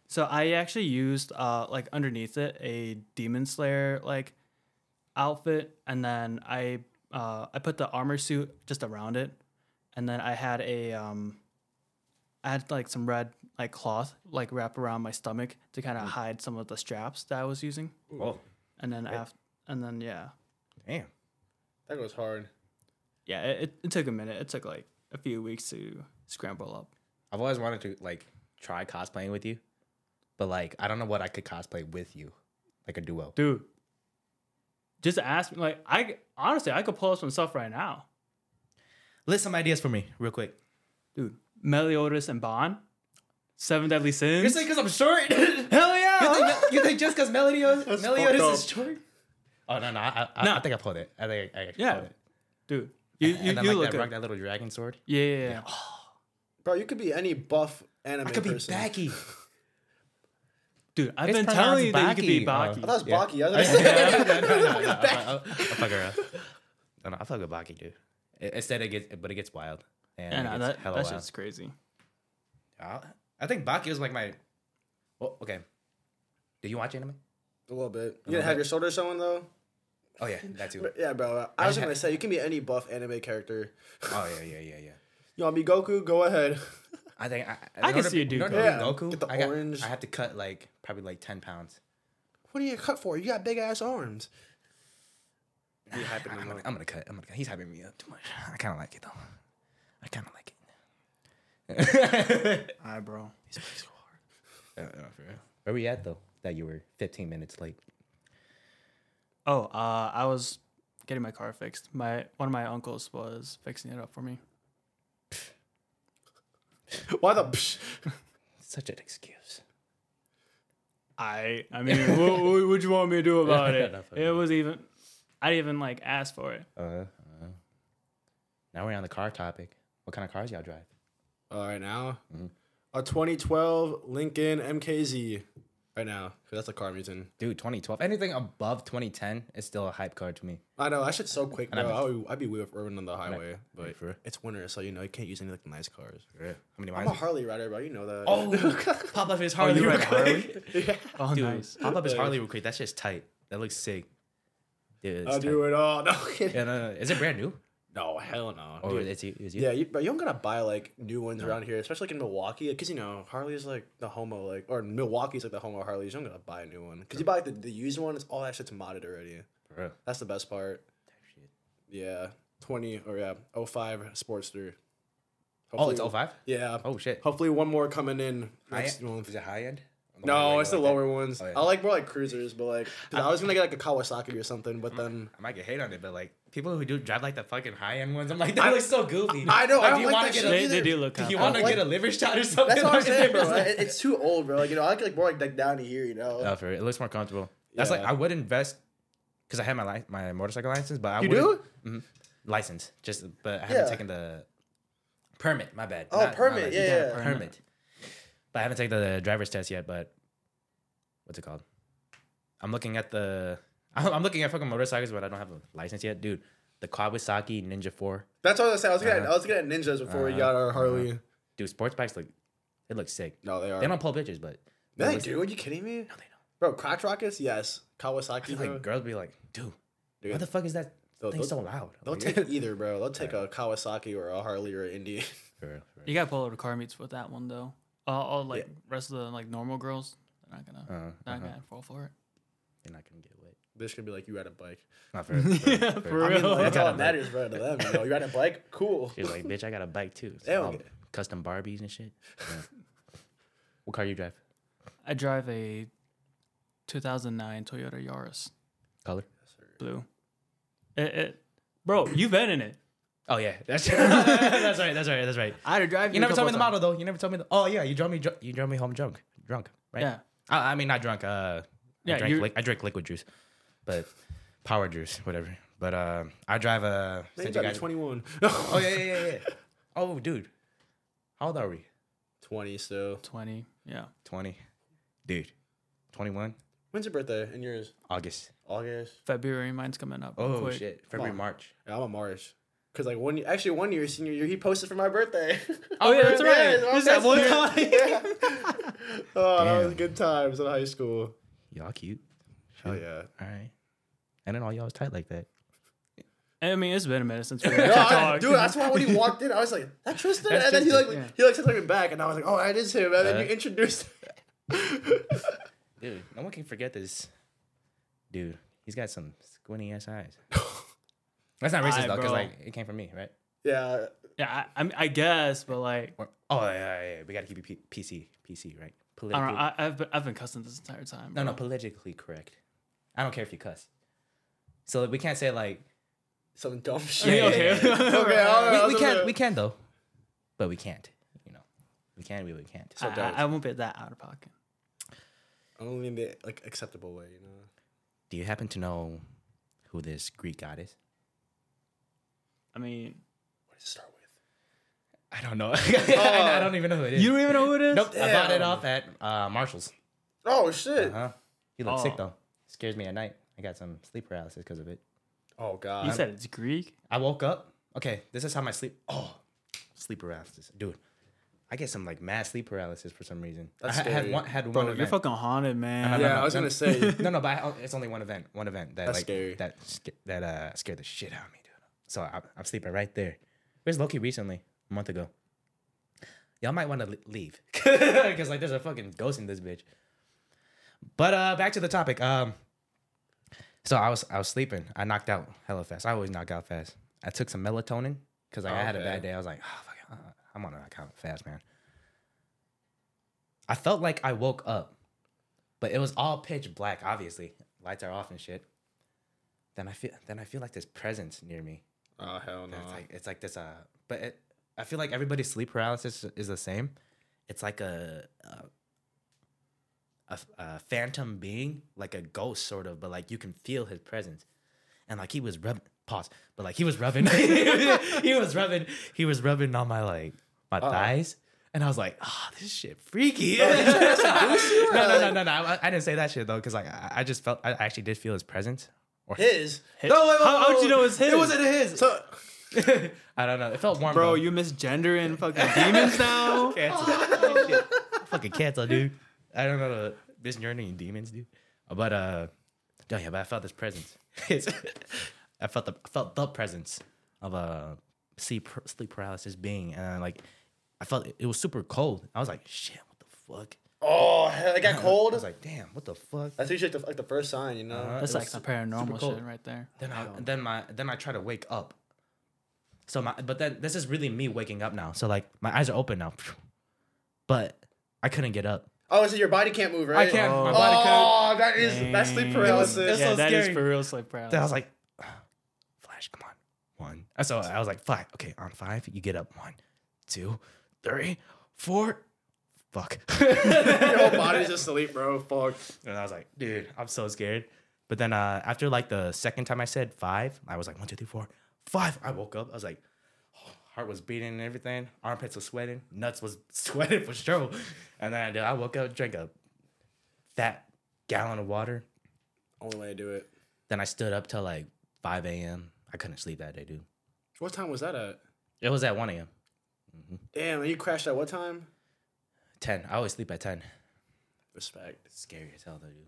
Speaker 3: So I actually used uh like underneath it a demon slayer like outfit and then I uh I put the armor suit just around it and then I had a um I had like some red like cloth like wrap around my stomach to kind of hide some of the straps that I was using
Speaker 2: Oh,
Speaker 3: and then after and then yeah
Speaker 2: damn.
Speaker 1: that goes hard.
Speaker 3: yeah it, it, it took a minute it took like a few weeks to scramble up
Speaker 2: I've always wanted to like try cosplaying with you, but like I don't know what I could cosplay with you, like a duo.
Speaker 3: dude just ask me like I honestly I could pull up some stuff right now
Speaker 2: List some ideas for me real quick.
Speaker 3: dude. Meliodas and Bond, Seven Deadly Sins.
Speaker 2: You're saying because I'm short?
Speaker 3: [laughs]
Speaker 2: you,
Speaker 3: Hell yeah!
Speaker 2: think, you think just because Meliodas Meliodas is
Speaker 1: fucked
Speaker 2: short? Oh no no I, I,
Speaker 3: No.
Speaker 2: I think I pulled it. I think I, I actually
Speaker 3: Yeah.
Speaker 2: pulled it.
Speaker 3: dude, you you,
Speaker 2: And
Speaker 3: you
Speaker 2: then like
Speaker 3: look
Speaker 2: that, rock
Speaker 3: good.
Speaker 2: that little dragon sword.
Speaker 3: Yeah, yeah, yeah.
Speaker 1: Bro, you could be any buff anime
Speaker 2: I could be
Speaker 1: person.
Speaker 2: Becky.
Speaker 3: dude, I've
Speaker 2: It's
Speaker 3: been telling you that you could be
Speaker 2: pronounced
Speaker 3: Baki.
Speaker 1: I thought it was
Speaker 2: [laughs]
Speaker 1: Baki. I
Speaker 2: Yeah.
Speaker 1: was [laughs] like,
Speaker 2: no, no, no, no, no,
Speaker 3: [laughs]
Speaker 2: I- I- I'll fuck her up. No, no, I fuck with Baki, dude. I- Instead, it gets but it gets wild. And
Speaker 3: yeah,
Speaker 2: it
Speaker 3: no,
Speaker 2: gets
Speaker 3: that,
Speaker 2: hella
Speaker 3: that
Speaker 2: wild.
Speaker 3: shit's crazy.
Speaker 2: I I think Baki was like my. Well, okay. Do you watch anime?
Speaker 1: a little bit. You
Speaker 2: little
Speaker 1: didn't have
Speaker 2: bit.
Speaker 1: your shoulder showing though.
Speaker 2: Oh yeah, that
Speaker 3: [laughs]
Speaker 2: too.
Speaker 1: But yeah, bro. I was
Speaker 2: just
Speaker 1: just gonna
Speaker 2: had-
Speaker 1: say you can be any buff anime character.
Speaker 2: Oh yeah, yeah, yeah, yeah.
Speaker 1: You want to be Goku? Go ahead. [laughs]
Speaker 2: I think I.
Speaker 3: I
Speaker 2: in
Speaker 3: can see a dude
Speaker 2: in order
Speaker 3: go-
Speaker 2: to be
Speaker 1: Yeah,
Speaker 2: Goku.
Speaker 1: get the
Speaker 2: I, got-
Speaker 1: orange.
Speaker 2: I have to cut like probably like ten pounds.
Speaker 1: What are you cut for? You got big ass
Speaker 2: [laughs]
Speaker 1: arms. You hyping
Speaker 2: I, am
Speaker 1: him
Speaker 2: gonna,
Speaker 1: up.
Speaker 2: I'm gonna cut. I'm gonna cut. He's hyping me up too much. I kind of like it though. I kind of like it.
Speaker 3: All right, bro.
Speaker 2: Uh, uh, for real. Where we at though? That you were 15 minutes late.
Speaker 3: Oh, uh, I was getting my car fixed. My one of my uncles was fixing it up for me.
Speaker 1: [laughs] Why the? Psh?
Speaker 2: Such an excuse.
Speaker 3: I [laughs] I mean, what, what would you want me to do [laughs] about it?
Speaker 2: Nothing.
Speaker 3: It was even. I didn't even like ask for it.
Speaker 2: Uh, uh. Now we're on the car topic. What kind of cars y'all drive?
Speaker 1: All right now,
Speaker 2: Mm-hmm.
Speaker 1: a 2012 Lincoln MKZ. Right now, 'cause that's a car I'm using.
Speaker 2: Dude, 2012. Anything above 2010 is still a hype car to me.
Speaker 1: I know that shit's so quick, bro.
Speaker 2: I'm-
Speaker 1: I would, I'd be way off urban on the highway, but
Speaker 2: for real.
Speaker 1: it's winter, so you know you can't use any like nice cars. Oh,
Speaker 2: How many
Speaker 1: I'm a
Speaker 2: miles?
Speaker 1: Harley rider, bro. You know that. [laughs]
Speaker 2: pop up his Harley.
Speaker 3: you
Speaker 2: real
Speaker 3: ride a
Speaker 2: [laughs] quick.
Speaker 3: Oh,
Speaker 2: Dude,
Speaker 3: nice.
Speaker 2: pop up his Harley real quick. That shit's tight. That looks sick. Dude, it's
Speaker 1: I'll
Speaker 2: tight.
Speaker 1: do it all. No, kidding.
Speaker 2: Yeah, Oh, no, no. Is it brand new?
Speaker 1: no hell no.
Speaker 2: Or
Speaker 1: dude.
Speaker 2: it's you? It's you?
Speaker 1: Yeah, you, but you don't gotta buy like new ones around here, especially like in Milwaukee, because you know Harley's like the homo, like or Milwaukee's like the homo Harleys. You don't gotta buy a new one because you buy like the, the used one. It's all that shit's modded already.
Speaker 2: For real.
Speaker 1: That's the best part.
Speaker 2: shit.
Speaker 1: Yeah, twenty or yeah, 05 Sportster.
Speaker 2: Oh, it's
Speaker 1: Hopefully-
Speaker 2: 05?
Speaker 1: Yeah.
Speaker 2: Oh, shit.
Speaker 1: Hopefully, one more coming in next
Speaker 2: High-
Speaker 1: month.
Speaker 2: Is it high end?
Speaker 1: No, it's the
Speaker 2: Like that.
Speaker 1: lower ones.
Speaker 2: Oh, yeah.
Speaker 1: I like more like cruisers, but like 'cause I was gonna get like a Kawasaki or something, but then
Speaker 4: [laughs]
Speaker 2: I might get hate on it, but like people who do drive like the fucking high end ones, I'm like, that looks so goofy.
Speaker 1: I know, I
Speaker 2: Like,
Speaker 1: don't
Speaker 2: do you
Speaker 1: like
Speaker 2: want
Speaker 1: that
Speaker 2: to get
Speaker 1: shit
Speaker 3: They,
Speaker 2: a,
Speaker 1: either.
Speaker 3: they do look.
Speaker 2: do
Speaker 3: kind
Speaker 2: you
Speaker 3: of
Speaker 2: want
Speaker 1: I
Speaker 2: to
Speaker 1: don't
Speaker 2: get a liver shot or something?
Speaker 1: [laughs] that's
Speaker 2: [laughs]
Speaker 1: what I'm
Speaker 2: Like,
Speaker 1: saying, bro.
Speaker 2: it's like-
Speaker 1: It- It's too old, bro. Like you know, I like like more like, like down to here, you know.
Speaker 2: Oh, for real. It looks more comfortable. That's like
Speaker 1: Yeah.
Speaker 2: I would invest because I had my li- my motorcycle license, but I
Speaker 1: You
Speaker 2: would
Speaker 1: do?
Speaker 2: license. Just but I haven't
Speaker 4: Yeah.
Speaker 2: taken the permit. My bad.
Speaker 4: Oh,
Speaker 2: Not- not
Speaker 4: permit,
Speaker 2: license,
Speaker 4: yeah,
Speaker 3: yeah,
Speaker 4: yeah.
Speaker 3: permit.
Speaker 2: permit. But I haven't taken the driver's test yet. But what's it called? I'm looking at the. [laughs] I'm I'm looking at fucking motorcycles, but I don't have a license yet, dude. The Kawasaki Ninja Four,
Speaker 4: That's what I was saying. I was looking at I was looking at ninjas before we
Speaker 2: Uh-huh.
Speaker 4: got our Harley.
Speaker 2: dude. Sports bikes look, it looks sick.
Speaker 1: No, they are.
Speaker 2: They don't pull bitches, but
Speaker 4: No, they
Speaker 2: What's-
Speaker 4: do. Are you kidding me?
Speaker 2: no, they don't.
Speaker 4: Bro, crotch rockets? Yes. Kawasaki.
Speaker 2: Like
Speaker 4: bro.
Speaker 2: girls be like, dude,
Speaker 1: Dude,
Speaker 2: what the fuck is that
Speaker 1: they'll-
Speaker 2: thing so loud?
Speaker 1: they'll
Speaker 2: Like,
Speaker 1: take either, bro. They'll take a Kawasaki or a Harley or an Indian. [laughs]
Speaker 2: for real, for real.
Speaker 3: You gotta pull out a car meets with that one though. Uh, all like rest of the like normal girls, they're not gonna,
Speaker 2: Uh,
Speaker 3: not
Speaker 2: uh-huh.
Speaker 3: gonna fall for it.
Speaker 2: They're not gonna get [laughs] wet.
Speaker 1: Bitch gonna be like, you ride a bike.
Speaker 2: Not for real. For real,
Speaker 3: Yeah,
Speaker 2: for
Speaker 3: for
Speaker 2: real.
Speaker 4: I mean,
Speaker 3: Really?
Speaker 4: like, that's
Speaker 2: I got
Speaker 4: all
Speaker 2: a
Speaker 4: that matters, bro, to them.
Speaker 2: [laughs]
Speaker 4: You know, you ride a bike? Cool.
Speaker 2: She was like, bitch, I got a bike
Speaker 4: [laughs]
Speaker 2: too. It's
Speaker 4: They don't
Speaker 2: all
Speaker 4: get it.
Speaker 2: custom Barbies and shit. Yeah. what car you drive?
Speaker 3: I drive a 2009 Toyota Yaris
Speaker 2: Color?
Speaker 3: blue. It, it bro, you've been in it.
Speaker 2: Oh
Speaker 4: [laughs]
Speaker 2: yeah, that's [laughs] that's right, that's right, that's right.
Speaker 3: I had to drive.
Speaker 2: You never
Speaker 3: a
Speaker 2: told me
Speaker 3: couple
Speaker 2: the
Speaker 3: times.
Speaker 2: model though. You never told me. The, oh yeah, you drove me. dr- You drove me home drunk. Drunk, right?
Speaker 3: Yeah,
Speaker 2: I, I mean, not drunk. Uh,
Speaker 3: Yeah,
Speaker 2: I drank.
Speaker 3: you're-
Speaker 2: Li- I drank liquid juice, but power juice, whatever. But uh, I drive a.
Speaker 1: They
Speaker 2: sent
Speaker 1: got
Speaker 2: you
Speaker 1: me
Speaker 2: guys-
Speaker 1: 21. [laughs]
Speaker 2: Oh yeah, yeah, yeah, yeah. oh dude, how old are we?
Speaker 1: 20 still.
Speaker 3: 20. Yeah,
Speaker 2: Twenty, dude. Twenty-one,
Speaker 1: When's your birthday and yours?
Speaker 2: August.
Speaker 1: August.
Speaker 3: February. Mine's coming up. real
Speaker 2: Oh
Speaker 3: quick.
Speaker 2: shit, February,
Speaker 1: on.
Speaker 2: March.
Speaker 1: Yeah, I'm a March. Cause like one year, actually one year senior year, he posted for my birthday.
Speaker 4: [laughs]
Speaker 3: Oh yeah, that's
Speaker 4: Yeah,
Speaker 3: right.
Speaker 4: it's all
Speaker 3: Just that one
Speaker 4: festive.
Speaker 3: time.
Speaker 1: oh, that
Speaker 2: Damn.
Speaker 1: was good times in high school.
Speaker 2: Y'all cute.
Speaker 1: Hell yeah.
Speaker 2: All right. And then all y'all was tight like that.
Speaker 3: [laughs] I mean, it's been a minute since we
Speaker 4: No, I,
Speaker 3: talked.
Speaker 4: dude, that's why when he walked in, I was like, that Tristan?
Speaker 2: That's
Speaker 4: and then he
Speaker 2: Tristan,
Speaker 4: like he like said something back and I was like, Oh, that is him. [laughs] And then
Speaker 2: Uh,
Speaker 4: you introduced
Speaker 2: Dude, no one can forget this. Dude, he's got some squinty ass [laughs] eyes. That's not racist
Speaker 3: Aye,
Speaker 2: though, because
Speaker 3: bro.
Speaker 2: like it came from me, right?
Speaker 4: Yeah.
Speaker 3: Yeah, I, I, mean, I guess, but like,
Speaker 2: Or, oh yeah, yeah, yeah, we gotta keep it P- PC, PC, right?
Speaker 3: I
Speaker 2: Politically,
Speaker 3: don't know. I, I've been, I've been cussing this entire time.
Speaker 2: no, no,
Speaker 3: bro.
Speaker 2: politically correct. I don't care if you cuss. So we can't say like
Speaker 4: Some dumb
Speaker 3: Yeah,
Speaker 4: shit.
Speaker 3: okay.
Speaker 4: [laughs] Okay, all right.
Speaker 2: we, we
Speaker 4: that's
Speaker 2: can,
Speaker 4: okay.
Speaker 2: we can though, but we can't. You know, we can, we, we can't.
Speaker 3: I, I, I won't be that out of pocket.
Speaker 1: Only in the like acceptable way, you know.
Speaker 2: Do you happen to know who this Greek god is?
Speaker 3: I mean,
Speaker 1: What to start with?
Speaker 2: I don't know. [laughs] I, I don't even know who it is.
Speaker 3: Oh. you don't even know who it is.
Speaker 2: Nope, I bought it
Speaker 4: Damn.
Speaker 2: off at uh, Marshalls.
Speaker 4: Oh shit.
Speaker 2: huh. He looks sick
Speaker 3: Oh.
Speaker 2: though. Scares me at night. I got some sleep paralysis because of it.
Speaker 1: Oh
Speaker 2: Uh,
Speaker 1: god.
Speaker 3: You said it's Greek.
Speaker 2: I woke up. Okay, this is how my sleep. Oh, sleep paralysis, dude. I get some like mad sleep paralysis for some reason.
Speaker 1: That's
Speaker 2: I, I had
Speaker 1: scary.
Speaker 2: one. Had
Speaker 3: Bro,
Speaker 2: one
Speaker 3: you're
Speaker 2: event.
Speaker 3: fucking haunted, man.
Speaker 2: no,
Speaker 1: yeah,
Speaker 2: no,
Speaker 1: I was
Speaker 2: no.
Speaker 1: gonna
Speaker 4: [laughs]
Speaker 1: say
Speaker 2: no, no, but I, oh, it's only one event. One event that
Speaker 1: That's
Speaker 2: like
Speaker 1: scary.
Speaker 2: that sca- that uh scared the shit out of me, dude. So I, I'm sleeping right there. Where's Loki recently? A month ago. Y'all might want to leave [laughs] because like there's a fucking ghost in this bitch. But uh, back to the topic. Um, so I was I was sleeping. I knocked out hella fast. I always knock out fast. I took some melatonin because I had a
Speaker 1: Okay.
Speaker 2: bad day. I was like, oh, fuck, uh, I'm gonna knock out fast, man. I felt like I woke up, but it was all pitch black. Obviously, lights are off and shit. Then I feel then I feel like there's presence near me.
Speaker 1: Oh hell no.
Speaker 2: And
Speaker 4: Uh-huh.
Speaker 2: It's like it's like this. Uh, but it, I feel like everybody's sleep paralysis is the same. It's like a a, a f- a phantom being, like a ghost sort of, but like you can feel his presence. And like he was rubbing pause, but like he was rubbing, [laughs] he was rubbing, he was rubbing on my like my thighs, and I was like, ah, this shit freaky. no, [laughs] no, no, no, no. I, I didn't say that shit though, because like I, I just felt, I actually did feel his presence. Or
Speaker 4: His.
Speaker 2: no, wait, wait,
Speaker 3: How-
Speaker 2: wait,
Speaker 3: how'd
Speaker 2: wait,
Speaker 3: you know it's his?
Speaker 2: It wasn't his.
Speaker 4: So
Speaker 2: I don't know. It felt warm,
Speaker 3: Bro,
Speaker 2: though.
Speaker 3: you misgendering
Speaker 2: [laughs]
Speaker 3: fucking demons now.
Speaker 2: cancel. Fucking cancel, dude. I don't know the this journey demons, dude. But uh, oh yeah, but I felt this presence. [laughs] It's- I felt the I felt the presence of a sleep sleep paralysis being, and I, like I felt it, it was super cold. I was like, shit, what the fuck?
Speaker 3: [laughs]
Speaker 4: Oh hell, it got
Speaker 2: I
Speaker 4: cold.
Speaker 2: was like, damn, what the fuck?
Speaker 4: [laughs] That's usually like the, like the first sign, you know.
Speaker 2: Uh-huh.
Speaker 3: That's
Speaker 2: It was
Speaker 3: like some
Speaker 2: su- super
Speaker 3: paranormal
Speaker 2: cold.
Speaker 3: shit right there.
Speaker 2: Then I then my then I try to wake up. So my but then this is really me waking up now. So like my eyes are open now, but I couldn't get up.
Speaker 4: Oh, so your body can't move, right?
Speaker 2: I can't.
Speaker 3: Oh.
Speaker 2: My body couldn't.
Speaker 4: Oh, that is that's sleep
Speaker 3: Dang.
Speaker 4: paralysis.
Speaker 2: It was-
Speaker 3: yeah,
Speaker 2: so
Speaker 3: that is
Speaker 2: scary.
Speaker 3: for real sleep paralysis.
Speaker 2: Then I was like, Flash, come on. One. Uh, So I was like, five. Okay, on five, you get up. One, two, three, four. Fuck. [laughs]
Speaker 4: [laughs] Your whole body's just asleep, bro. Fuck.
Speaker 2: and I was like, dude, I'm so scared. But then uh, after like the second time I said five, I was like, one, two, three, four, five. I woke up. I was like, [sighs] heart was beating and everything. Armpits was sweating. Nuts was [laughs] sweating for sure. And then I, did- I woke up, drank a fat gallon of water.
Speaker 1: Only way to do it.
Speaker 2: Then I stood up till like 5 a.m. I couldn't sleep that day, dude.
Speaker 1: What time was that at?
Speaker 2: It was at 1 a.m.
Speaker 1: Damn, you crashed at what time?
Speaker 2: 10. I always sleep at 10.
Speaker 1: Respect.
Speaker 2: It's scary as hell, though, dude.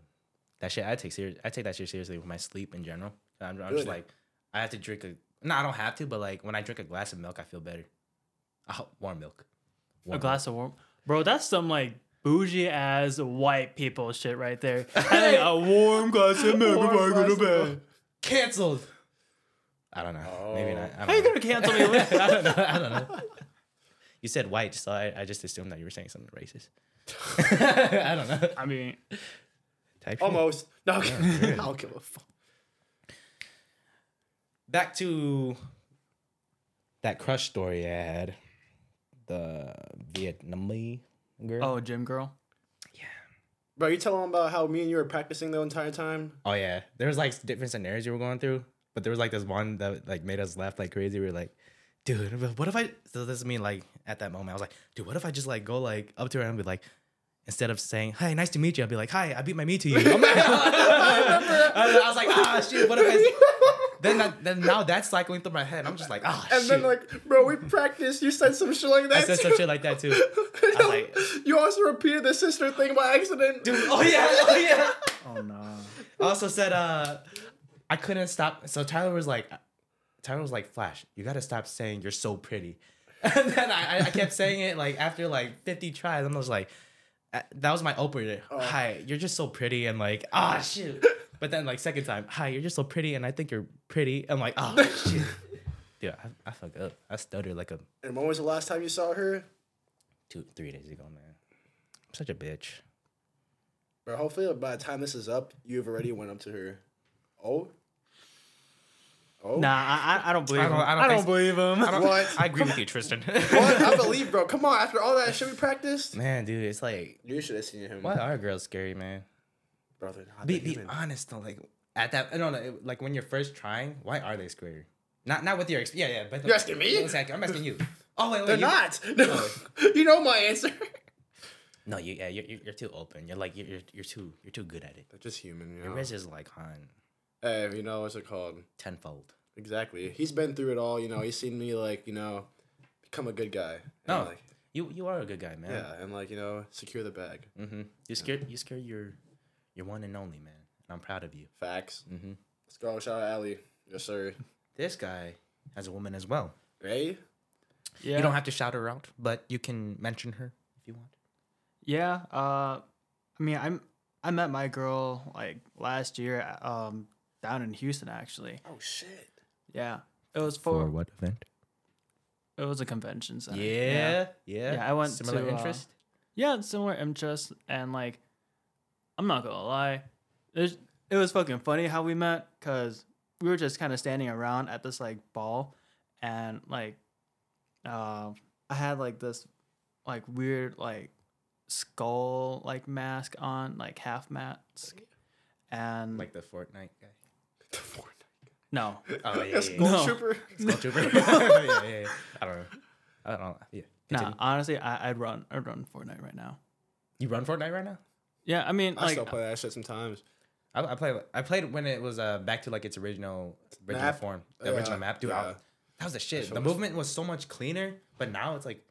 Speaker 2: That shit, I take serious. I take that shit seriously with my sleep in general. I'm, I'm just
Speaker 1: Good.
Speaker 2: like, I have to drink a. No, I don't have to, but like when I drink a glass of milk, I feel better. I hope warm milk.
Speaker 3: a glass of warm. Bro, that's some like bougie ass white people shit
Speaker 2: [laughs]
Speaker 3: right there. Having a warm glass of milk before I go to bed. Oh.
Speaker 2: canceled. I don't know. Maybe not. I
Speaker 3: How you
Speaker 2: don't know.
Speaker 3: gonna cancel me? [laughs] with-
Speaker 2: [laughs] I don't know. I don't know. You said white, so I, I just assumed that you were saying something racist. [laughs] I don't know.
Speaker 3: I mean,
Speaker 2: Type shit.
Speaker 4: Almost. No, okay.
Speaker 2: Yeah,
Speaker 4: [laughs] I don't give a fuck.
Speaker 2: back to that crush story I had. The Vietnamese girl.
Speaker 3: oh, gym girl.
Speaker 4: Bro, you telling them about how me and you were practicing the entire time?
Speaker 2: Oh yeah, there was like different scenarios you were going through, but there was like this one that like made us laugh like crazy. We were like, dude, but what if I? So this is me like at that moment. I was like, dude, what if I just like go like up to her and be like, instead of saying, hey, nice to meet you, I'd be like, hi, I beat my meat to you. I'm like- [laughs] I was like, ah, shit, what if I? Then, that, then now that's cycling through my head. I'm just like, ah,
Speaker 4: And
Speaker 2: shit.
Speaker 4: then like, bro, we practiced. You said some shit like that.
Speaker 2: I said some
Speaker 4: too. [laughs]
Speaker 2: shit like that too. I was like,
Speaker 4: you also repeated the sister thing by accident.
Speaker 2: dude, oh yeah, oh yeah.
Speaker 3: Oh no.
Speaker 2: I also said uh I couldn't stop so Tyler was like Tyler was like Flash, you gotta stop saying you're so pretty. [laughs] And then I, I- I kept saying it like after like 50 tries, I'm just like uh, that was my opener. Hi, you're just so pretty and like ah shoot. But then like second time, hi, you're just so pretty and I think you're pretty. I'm like, oh shit. Dude, I, I fucked up. I stuttered like a
Speaker 4: And when was the last time you saw her?
Speaker 2: two three days ago, man. I'm such a bitch.
Speaker 4: Bro, hopefully by the time this is up, you've already went up to her. Oh,
Speaker 3: Nah, I, I- I don't believe.
Speaker 2: I don't-
Speaker 3: him.
Speaker 2: I don't think-
Speaker 3: believe him.
Speaker 4: what?
Speaker 2: I agree with you, Tristan.
Speaker 4: what? I believe, bro. Come on, after all that shit we practiced,
Speaker 2: man, dude, it's like
Speaker 4: you should have seen him,
Speaker 2: why are girls scary, man?
Speaker 4: brother. Nah,
Speaker 2: be,
Speaker 4: they're
Speaker 2: be
Speaker 4: human.
Speaker 2: honest though, like at that, no, no, it- like when you're first trying, why are they scary? Not not with your experience. Yeah, yeah. But
Speaker 4: You're asking me?
Speaker 2: Exactly. I'm asking you. Oh wait, wait.
Speaker 4: They're
Speaker 2: you-
Speaker 4: not. [laughs] No. you know my answer.
Speaker 2: No, you. Yeah, you're, you're, you're too open. You're like you're, you're you're too you're too good at it.
Speaker 1: They're just human, you
Speaker 4: Oh.
Speaker 2: Your
Speaker 1: know.
Speaker 2: wrist is like on
Speaker 1: Hey, you know what's it called?
Speaker 2: tenfold.
Speaker 1: Exactly. He's been through it all. You know, he's seen me like you know, become a good guy. And,
Speaker 3: Oh,
Speaker 2: No,
Speaker 1: like,
Speaker 2: you you are a good guy, man.
Speaker 1: yeah, and like you know, secure the bag.
Speaker 3: Mm.
Speaker 2: Mm-hmm. You scare you scare your your one and only man. And I'm proud of you.
Speaker 1: Facts.
Speaker 3: Mm-hmm.
Speaker 2: Mhm.
Speaker 1: Let's go. Shout out Ali. Yes, sir.
Speaker 2: This guy has a woman as well.
Speaker 1: Ray.
Speaker 3: Yeah.
Speaker 2: You don't have to shout her out, but you can mention her if you want.
Speaker 3: Yeah. Uh, I mean, I'm I met my girl like last year, um, down in Houston actually.
Speaker 4: Oh shit.
Speaker 1: [laughs]
Speaker 3: Yeah. It was for,
Speaker 2: what event?
Speaker 3: it was a convention center.
Speaker 2: Uh, Yeah, yeah.
Speaker 3: Yeah, I went
Speaker 2: similar
Speaker 3: to, uh,
Speaker 2: interest.
Speaker 3: Yeah, it's similar interest and like, I'm not gonna lie, there's, it was fucking funny how we met because we were just kind of standing around at this like ball, and like, uh, I had like this, like weird like skull like mask on like half mask, and
Speaker 2: like the Fortnite guy.
Speaker 3: no,
Speaker 2: Oh yeah, yeah,
Speaker 3: No.
Speaker 4: Trooper.
Speaker 3: [laughs]
Speaker 2: [laughs] yeah. Stormtrooper. yeah, yeah, yeah. I don't know. I don't know. Yeah.
Speaker 3: no.
Speaker 2: Continue.
Speaker 3: honestly, I, I'd run I'd run Fortnite right now.
Speaker 2: You run Fortnite right now?
Speaker 3: Yeah, I mean
Speaker 1: I
Speaker 3: like
Speaker 1: still play that shit sometimes.
Speaker 2: I, I play. I played when it was uh, back to like its original original
Speaker 1: Map?
Speaker 2: form, the
Speaker 1: Yeah,
Speaker 2: original map. Dude, I-
Speaker 1: yeah.
Speaker 2: that was the shit.
Speaker 1: shit
Speaker 2: The
Speaker 1: was-
Speaker 2: movement was so much cleaner, but now it's like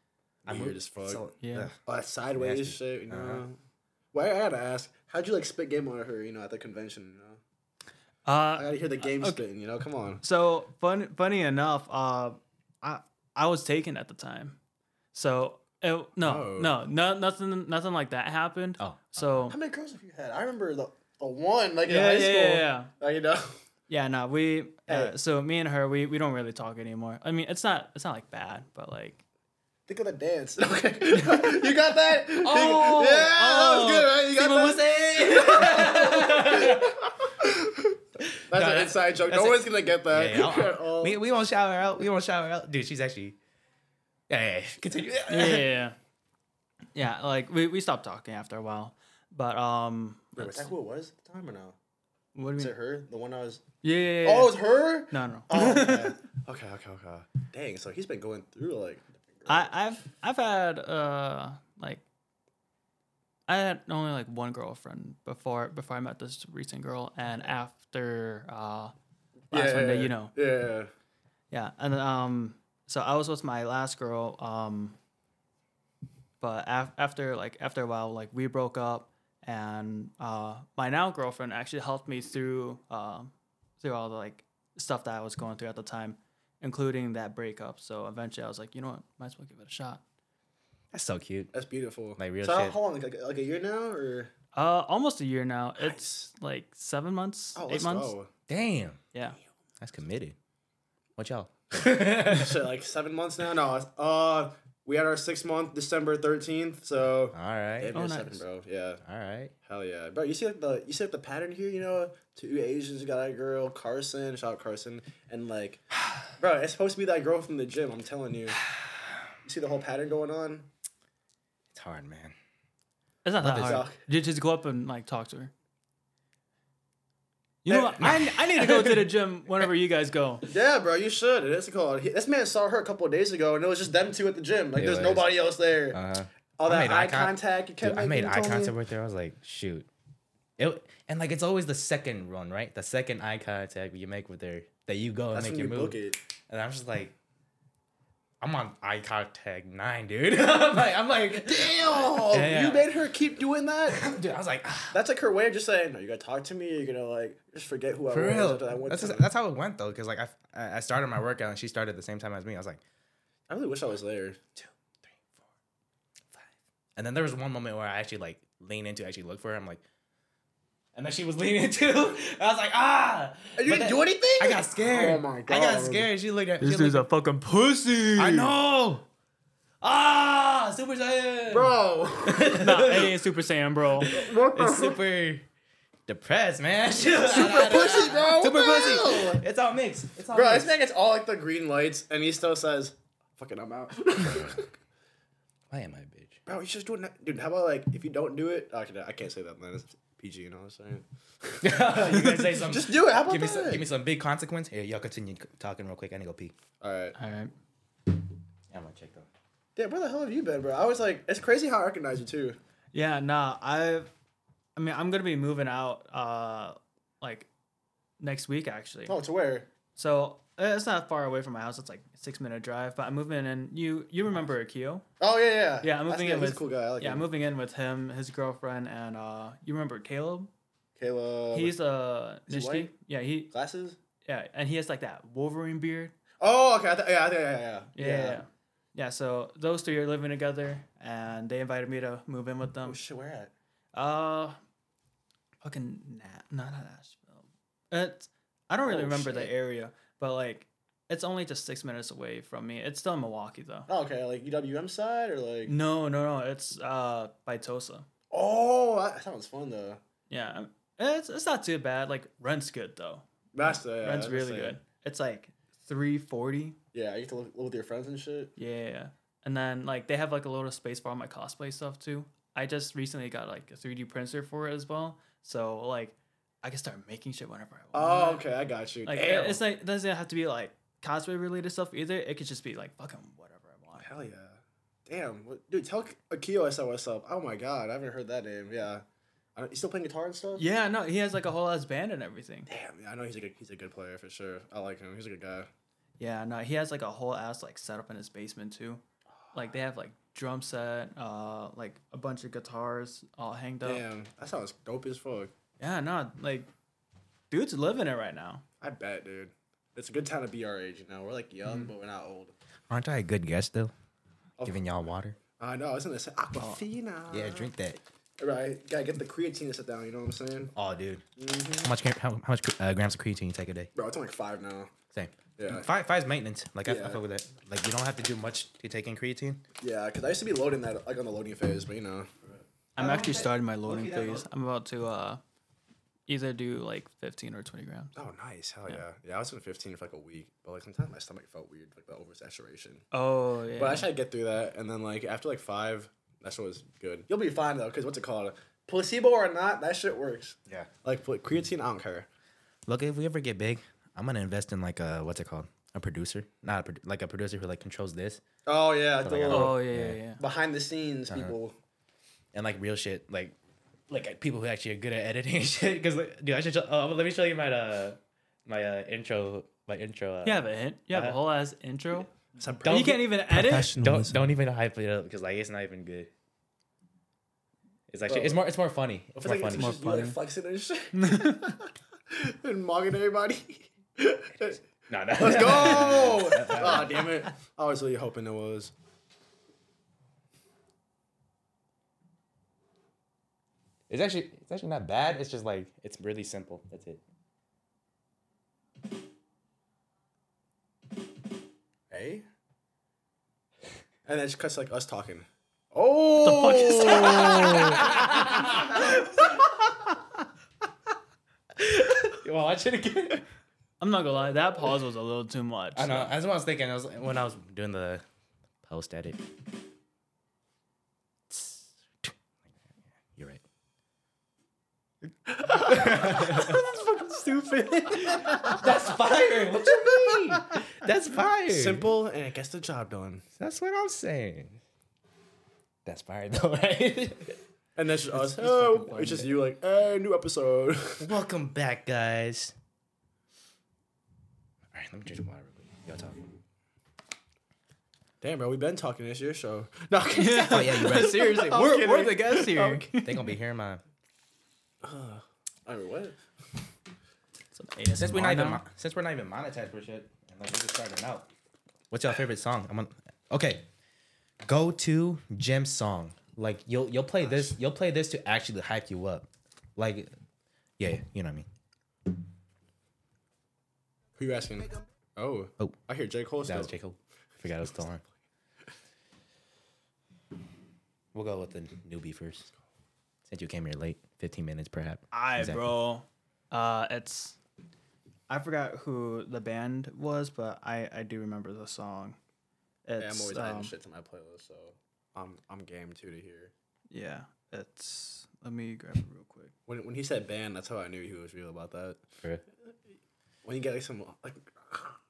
Speaker 1: Weird
Speaker 2: moved
Speaker 1: as fuck.
Speaker 3: Yeah.
Speaker 2: ugh.
Speaker 3: [laughs]
Speaker 4: Oh, that sideways
Speaker 2: Nasty.
Speaker 4: shit. You know.
Speaker 2: Uh-huh.
Speaker 4: Why? I gotta ask. How'd you like spit game on her? You know, at the convention. You know.
Speaker 3: uh,
Speaker 4: I gotta hear the game spitting. You know. Come on.
Speaker 3: So fun, funny enough, uh, I I was taken at the time, so it, no,
Speaker 1: Oh.
Speaker 3: no, no, nothing, nothing like that happened.
Speaker 2: Oh.
Speaker 3: so
Speaker 4: How many girls have you had? I remember the the one like in
Speaker 3: yeah,
Speaker 4: high
Speaker 3: yeah,
Speaker 4: school.
Speaker 3: yeah, yeah,
Speaker 4: Like, you know. [laughs]
Speaker 3: yeah. No, we. Uh,
Speaker 4: Hey.
Speaker 3: so me and her, we we don't really talk anymore. I mean, it's not it's not like bad, but like
Speaker 4: [laughs] Think of the dance. [laughs] Okay. you got
Speaker 3: [laughs]
Speaker 4: that?
Speaker 3: Oh,
Speaker 4: yeah, that was good, right? You got that? That's
Speaker 2: No,
Speaker 4: an
Speaker 2: that-
Speaker 4: inside joke.
Speaker 2: that's
Speaker 4: No
Speaker 2: a-
Speaker 4: one's gonna get that. [laughs] Oh.
Speaker 2: Yeah, I'll-
Speaker 4: at all.
Speaker 2: we, we won't shout her out. We won't shout her out. Dude, she's actually. Yeah, yeah, yeah. Continue.
Speaker 3: yeah, yeah, yeah. Yeah, like we, we stopped talking after a while, but um,
Speaker 4: Wait, was that who it was at the time or no?
Speaker 3: What do
Speaker 4: Is
Speaker 3: you
Speaker 4: it
Speaker 3: mean?
Speaker 4: her? The one I was.
Speaker 3: Yeah, yeah, yeah, yeah.
Speaker 4: Oh, it's her.
Speaker 3: no, no. [laughs]
Speaker 4: Oh, okay. okay, okay, okay. Dang. So he's been going through like.
Speaker 3: I, I've I've had uh like I had only like one girlfriend before before I met this recent girl, and after uh last one that you know
Speaker 4: Yeah.
Speaker 3: yeah, and um, so I was with my last girl, um, but af- after like after a while, like we broke up, and uh, my now girlfriend actually helped me through um, through all the like stuff that I was going through at the time, including that breakup. So eventually, I was like, you know what, might as well give it a shot.
Speaker 2: That's so cute.
Speaker 4: That's beautiful.
Speaker 2: Like real
Speaker 4: so how-
Speaker 2: shit.
Speaker 4: How long? Like, like a year now, or
Speaker 3: Uh, almost a year now. It's like seven months,
Speaker 4: oh,
Speaker 3: eight
Speaker 4: let's
Speaker 3: months.
Speaker 4: go.
Speaker 2: Damn,
Speaker 3: Yeah,
Speaker 2: that's committed. What [laughs] y'all?
Speaker 4: So like seven months now. No, it's- uh, we had our six month December thirteenth. So
Speaker 2: All right,
Speaker 4: Damn,
Speaker 3: Oh,
Speaker 4: you're
Speaker 3: nice.
Speaker 4: seven, bro. Yeah,
Speaker 2: all right.
Speaker 4: hell yeah, bro. You see the you see the pattern here. You know, two Asians got a girl, Carson, shout out Carson, and like, [sighs] bro, it's supposed to be that girl from the gym. I'm telling you. You see the whole pattern going on.
Speaker 2: It's hard, man.
Speaker 3: it's not that
Speaker 4: is
Speaker 3: hard.
Speaker 4: rock.
Speaker 3: You just go up and like talk to her. You know
Speaker 4: Hey.
Speaker 3: what? I, I need to go to the gym whenever you guys go.
Speaker 4: Yeah, bro, you should. It is called. He- This man saw her a couple of days ago, and it was just them two at the gym. Like,
Speaker 2: It
Speaker 4: there's
Speaker 2: was.
Speaker 4: nobody else there.
Speaker 2: Uh huh. I
Speaker 4: All that
Speaker 2: made
Speaker 4: eye
Speaker 2: eye con-
Speaker 4: contact. You kept
Speaker 2: Dude, I made
Speaker 4: making,
Speaker 2: eye
Speaker 4: Tony.
Speaker 2: contact with her. I was like, shoot. It, and like it's always the second run, right? The second eye contact you make with her that you go and
Speaker 4: That's
Speaker 2: make
Speaker 4: when
Speaker 2: your
Speaker 4: you
Speaker 2: move.
Speaker 4: book it.
Speaker 2: And I'm just like, I'm on eye contact nine, dude. [laughs] I'm like, I'm like, [laughs]
Speaker 4: Damn,
Speaker 2: Yeah,
Speaker 4: you
Speaker 2: yeah.
Speaker 4: made her keep doing that.
Speaker 2: dude. I was like, ah,
Speaker 4: That's like her way of just saying, "No, you gotta talk to me. You're gonna like just forget who I
Speaker 2: for
Speaker 4: was."
Speaker 2: real.
Speaker 4: after Oh, that one
Speaker 2: That's
Speaker 4: time."
Speaker 2: just, that's how it went though, because like I I I started my workout and she started at the same time as me. I was like,
Speaker 4: I really wish I was there.
Speaker 2: two, three, four, five. And then there was one moment where I actually like lean into actually look for her. I'm like, and then she was [laughs] leaning too. I was like, ah.
Speaker 4: And you
Speaker 2: But
Speaker 4: didn't
Speaker 2: then-
Speaker 4: do anything.
Speaker 2: I got scared.
Speaker 4: Oh my
Speaker 2: I got
Speaker 4: God.
Speaker 2: scared. She looked at
Speaker 3: [laughs] This
Speaker 2: she
Speaker 3: dude's
Speaker 2: looked,
Speaker 3: a fucking pussy.
Speaker 2: I
Speaker 3: [laughs]
Speaker 2: know. Ah, Super Saiyan. [laughs]
Speaker 4: bro.
Speaker 3: Nah, it ain't Super Saiyan, bro.
Speaker 4: what the
Speaker 2: It's
Speaker 4: super
Speaker 2: super depressed, man. [laughs] super
Speaker 4: pussy, bro.
Speaker 2: Super
Speaker 4: What the
Speaker 2: pussy.
Speaker 4: hell?
Speaker 2: It's all mixed. It's all
Speaker 4: Bro, this
Speaker 2: mixed.
Speaker 4: man gets all like the green lights, and he still says, "Fucking, I'm [laughs] out."
Speaker 2: Why am I a bitch?
Speaker 4: bro, you should do it, now- dude. How about like if you don't do it? Okay, no, I can't say that. Man, it's PG. You know what I'm
Speaker 2: [laughs]
Speaker 4: saying?
Speaker 2: you gonna say something?
Speaker 4: Just do it. How about
Speaker 2: give me
Speaker 4: that?
Speaker 2: some. Give me some big consequence. Here, y'all continue c- talking real quick. I need to go pee.
Speaker 4: All right.
Speaker 3: All right.
Speaker 2: I'm gonna check though.
Speaker 4: Yeah, where the hell have you been, bro? I was like, it's crazy how I recognize you too.
Speaker 3: Yeah, nah. I, I mean, I'm gonna be moving out, uh, like, next week actually.
Speaker 4: Oh, to where?
Speaker 3: So eh, it's not far away from my house. It's like six minute drive. But I'm moving in. You you remember Akio?
Speaker 4: Oh yeah, yeah.
Speaker 3: Yeah, I'm
Speaker 4: I
Speaker 3: moving
Speaker 4: see-
Speaker 3: in
Speaker 4: He's
Speaker 3: with
Speaker 4: a cool guy. I like
Speaker 3: yeah, I'm
Speaker 4: him.
Speaker 3: moving in with him, his girlfriend, and uh, you remember Caleb?
Speaker 4: Caleb.
Speaker 3: He's uh,
Speaker 4: Is he
Speaker 3: Nishiki.
Speaker 4: white?
Speaker 3: Yeah, he
Speaker 4: glasses.
Speaker 3: yeah, and he has like that Wolverine beard.
Speaker 4: Oh, okay. I th- yeah, I think- yeah, yeah,
Speaker 3: Yeah. yeah. yeah. Yeah, so those three are living together, and they invited me to move in with them.
Speaker 4: Oh shit, where at?
Speaker 3: Uh, fucking nah, not Nashville. It's I don't really
Speaker 4: Oh,
Speaker 3: remember the
Speaker 4: shit.
Speaker 3: area, but like it's only just six minutes away from me. It's still in Milwaukee though.
Speaker 4: Oh, okay, like UWM side or like.
Speaker 3: No, no, no. It's uh by Tulsa.
Speaker 4: Oh, that sounds fun though.
Speaker 3: Yeah, um, it's it's not too bad. Like rent's good though.
Speaker 4: That's the yeah,
Speaker 3: rent's
Speaker 4: that's
Speaker 3: really
Speaker 4: it.
Speaker 3: good. It's like three forty.
Speaker 4: Yeah, you get to live, live with your friends and shit.
Speaker 3: Yeah, and then like they have like a lot of space for all my cosplay stuff too. I just recently got like a three D printer for it as well, so like I can start making shit whenever I want.
Speaker 4: Oh, okay, I got you.
Speaker 3: Like
Speaker 4: Damn.
Speaker 3: it's like doesn't have to be like cosplay related stuff either. It could just be like fucking whatever I want.
Speaker 4: Hell yeah. Damn, what, dude, tell uh, Akio I said what's up. Oh my god, I haven't heard that name. Yeah, I, you still playing guitar and stuff?
Speaker 3: Yeah, no, he has like a whole ass band and everything.
Speaker 4: Damn, yeah, I know he's a good, he's a good player for sure. I like him. He's a good guy.
Speaker 3: Yeah, no, he has like a whole ass like setup in his basement too. Like they have like drum set, uh, like a bunch of guitars all hanged up.
Speaker 4: Damn, that sounds dope as fuck.
Speaker 3: Yeah, no, like dude's living it right now.
Speaker 4: I bet, dude. It's a good time to be our age, you know. We're like young, but we're not old.
Speaker 2: Aren't I a good guest though?
Speaker 4: Of-
Speaker 2: Giving y'all water.
Speaker 4: I know. Isn't this Aquafina?
Speaker 2: Yeah, drink that.
Speaker 4: Right, gotta get the creatine to sit down. You know what I'm saying,
Speaker 2: Oh, dude. How much cre- how, how much cre- uh, grams of creatine you take a day?
Speaker 4: Mm-hmm. bro? Oh, It's only five now.
Speaker 2: Same.
Speaker 4: Yeah.
Speaker 2: Five five's maintenance. Like I, I
Speaker 4: Yeah.
Speaker 2: fuck with that. Like you don't have to do much to take in creatine.
Speaker 4: Yeah, because I used to be loading that like on the loading phase, but you know.
Speaker 3: I'm actually starting my loading phase. I'm about to uh, either do like 15 or 20 grams.
Speaker 4: Oh, nice. Hell yeah. yeah. I was in 15 for like a week, but like sometimes my stomach felt weird, like the oversaturation.
Speaker 3: Oh yeah.
Speaker 4: But I tried to get through that, and then like after like five, that shit was good. You'll be fine though, because what's it called? placebo or not, that shit works.
Speaker 2: Yeah.
Speaker 4: Like put creatine, I don't care.
Speaker 2: Look, if we ever get big, I'm gonna invest in like a what's it called? A producer, not a pro- like a producer who like controls this
Speaker 4: Oh yeah,
Speaker 2: my
Speaker 4: the
Speaker 2: God.
Speaker 4: little
Speaker 3: Oh yeah, yeah, yeah.
Speaker 4: behind the scenes people.
Speaker 2: and like real shit, like like uh, people who actually are good at editing [laughs] and shit. Because like, dude, I should show, uh, let me show you my uh my uh intro my intro. Uh,
Speaker 3: You have a hint. You have a
Speaker 2: Uh,
Speaker 3: whole ass intro.
Speaker 1: Some
Speaker 3: And you
Speaker 2: get-
Speaker 3: can't even edit.
Speaker 2: Don't don't even hype it up because like it's not even good. It's actually it's more it's more funny. It's
Speaker 4: It's
Speaker 2: more
Speaker 4: like
Speaker 2: funny.
Speaker 4: it's just you like
Speaker 3: funny.
Speaker 4: flexing and
Speaker 3: [laughs]
Speaker 4: shit, and mugging everybody. Let's
Speaker 1: [laughs]
Speaker 2: No, no.
Speaker 4: go!
Speaker 1: Ah,
Speaker 2: [laughs]
Speaker 4: oh damn it!
Speaker 1: I was really hoping it was.
Speaker 2: It's actually it's actually not bad. It's just like it's really simple. That's it.
Speaker 4: Hey,
Speaker 1: And that just cuts like us talking.
Speaker 4: oh,
Speaker 3: fuck is
Speaker 2: You wanna watch it again?
Speaker 3: I'm not gonna lie, that pause was a little too much.
Speaker 2: I know. That's what I was thinking. I was when I was doing the post edit. You're right. That's fucking stupid. That's fire. What you mean? That's fire.
Speaker 1: Simple and it gets the job done.
Speaker 2: That's what I'm saying. That's fire though, [laughs] right?
Speaker 1: And that's just us. oh, it's just you like, hey, new episode. [laughs]
Speaker 2: Welcome back, guys. All right, let me drink water real quick. Y'all talk.
Speaker 1: Damn, bro, we've been talking. It's your show. [laughs] No,
Speaker 2: Oh yeah, you're right.
Speaker 3: [laughs]
Speaker 2: [laughs]
Speaker 3: Seriously, we're, we're the guests here.
Speaker 2: they gonna be hearing my.
Speaker 4: [laughs] I mean what?
Speaker 2: Since we're not even mo- since we're not even monetized for shit, and like we're just starting out. What's your favorite song? I'm on. Okay, go to gym song. Like you'll you'll play this you'll play this to actually hype you up. Like, yeah, you know what I mean.
Speaker 1: Who you asking? Oh.
Speaker 2: Oh.
Speaker 1: I hear J. Cole
Speaker 2: That
Speaker 1: still.
Speaker 2: was Jacob. Forgot I was still on. We'll go with the newbie first. Since you came here late, 15 minutes perhaps.
Speaker 3: I
Speaker 2: Exactly.
Speaker 3: bro. Uh, it's I forgot who the band was, but I I do remember the song. It's,
Speaker 4: Yeah, I'm always
Speaker 3: um,
Speaker 4: adding shit to my playlist, so
Speaker 1: I'm, I'm game too to hear.
Speaker 3: Yeah, it's. Let me grab it real quick.
Speaker 1: When, when he said ban, that's how I knew he was real about that.
Speaker 2: For
Speaker 1: When you get like some, like,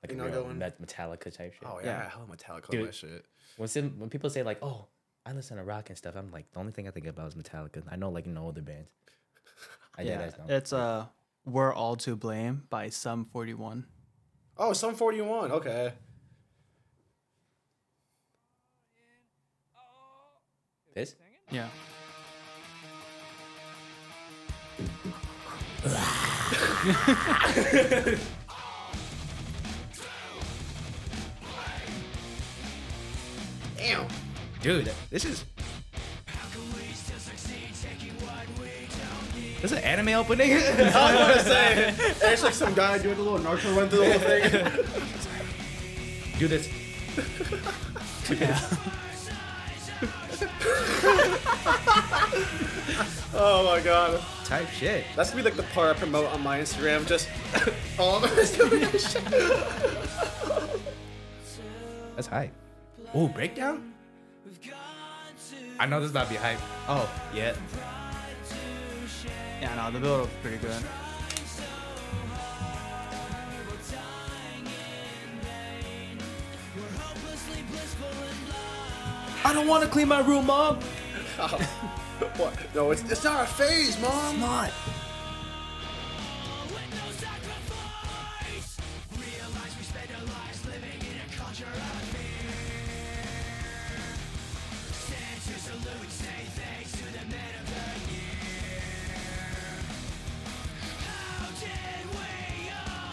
Speaker 2: like
Speaker 1: you
Speaker 2: a
Speaker 1: know,
Speaker 2: real
Speaker 1: going,
Speaker 2: met- Metallica type shit.
Speaker 1: oh yeah,
Speaker 3: Yeah.
Speaker 1: hell Metallica,
Speaker 2: Dude.
Speaker 1: Dude. that shit.
Speaker 2: When, sim- when people say like, oh, I listen to rock and stuff, I'm like, the only thing I think about is Metallica. I know like no other bands. I
Speaker 3: yeah,
Speaker 2: yeah, did that.
Speaker 3: it's uh, we're all to blame by some forty one.
Speaker 1: Oh, some 41. Okay.
Speaker 2: This?
Speaker 3: Yeah.
Speaker 2: Dude, this is. This is an
Speaker 1: [laughs]
Speaker 2: anime opening? [laughs]
Speaker 1: There's like some guy doing a little narco run through the whole thing.
Speaker 2: [laughs] Do this.
Speaker 4: Oh my god,
Speaker 2: Type shit.
Speaker 4: that's gonna be like the part I promote on my Instagram. [laughs] Just Oh, all of us doing this shit.
Speaker 2: That's hype. Ooh, breakdown? I know this about to be hype. Oh, yeah.
Speaker 3: Yeah, no, the build up's pretty good.
Speaker 2: I don't want to clean my room, mom.
Speaker 4: What? No, it's it's not a phase, mom.
Speaker 2: Not.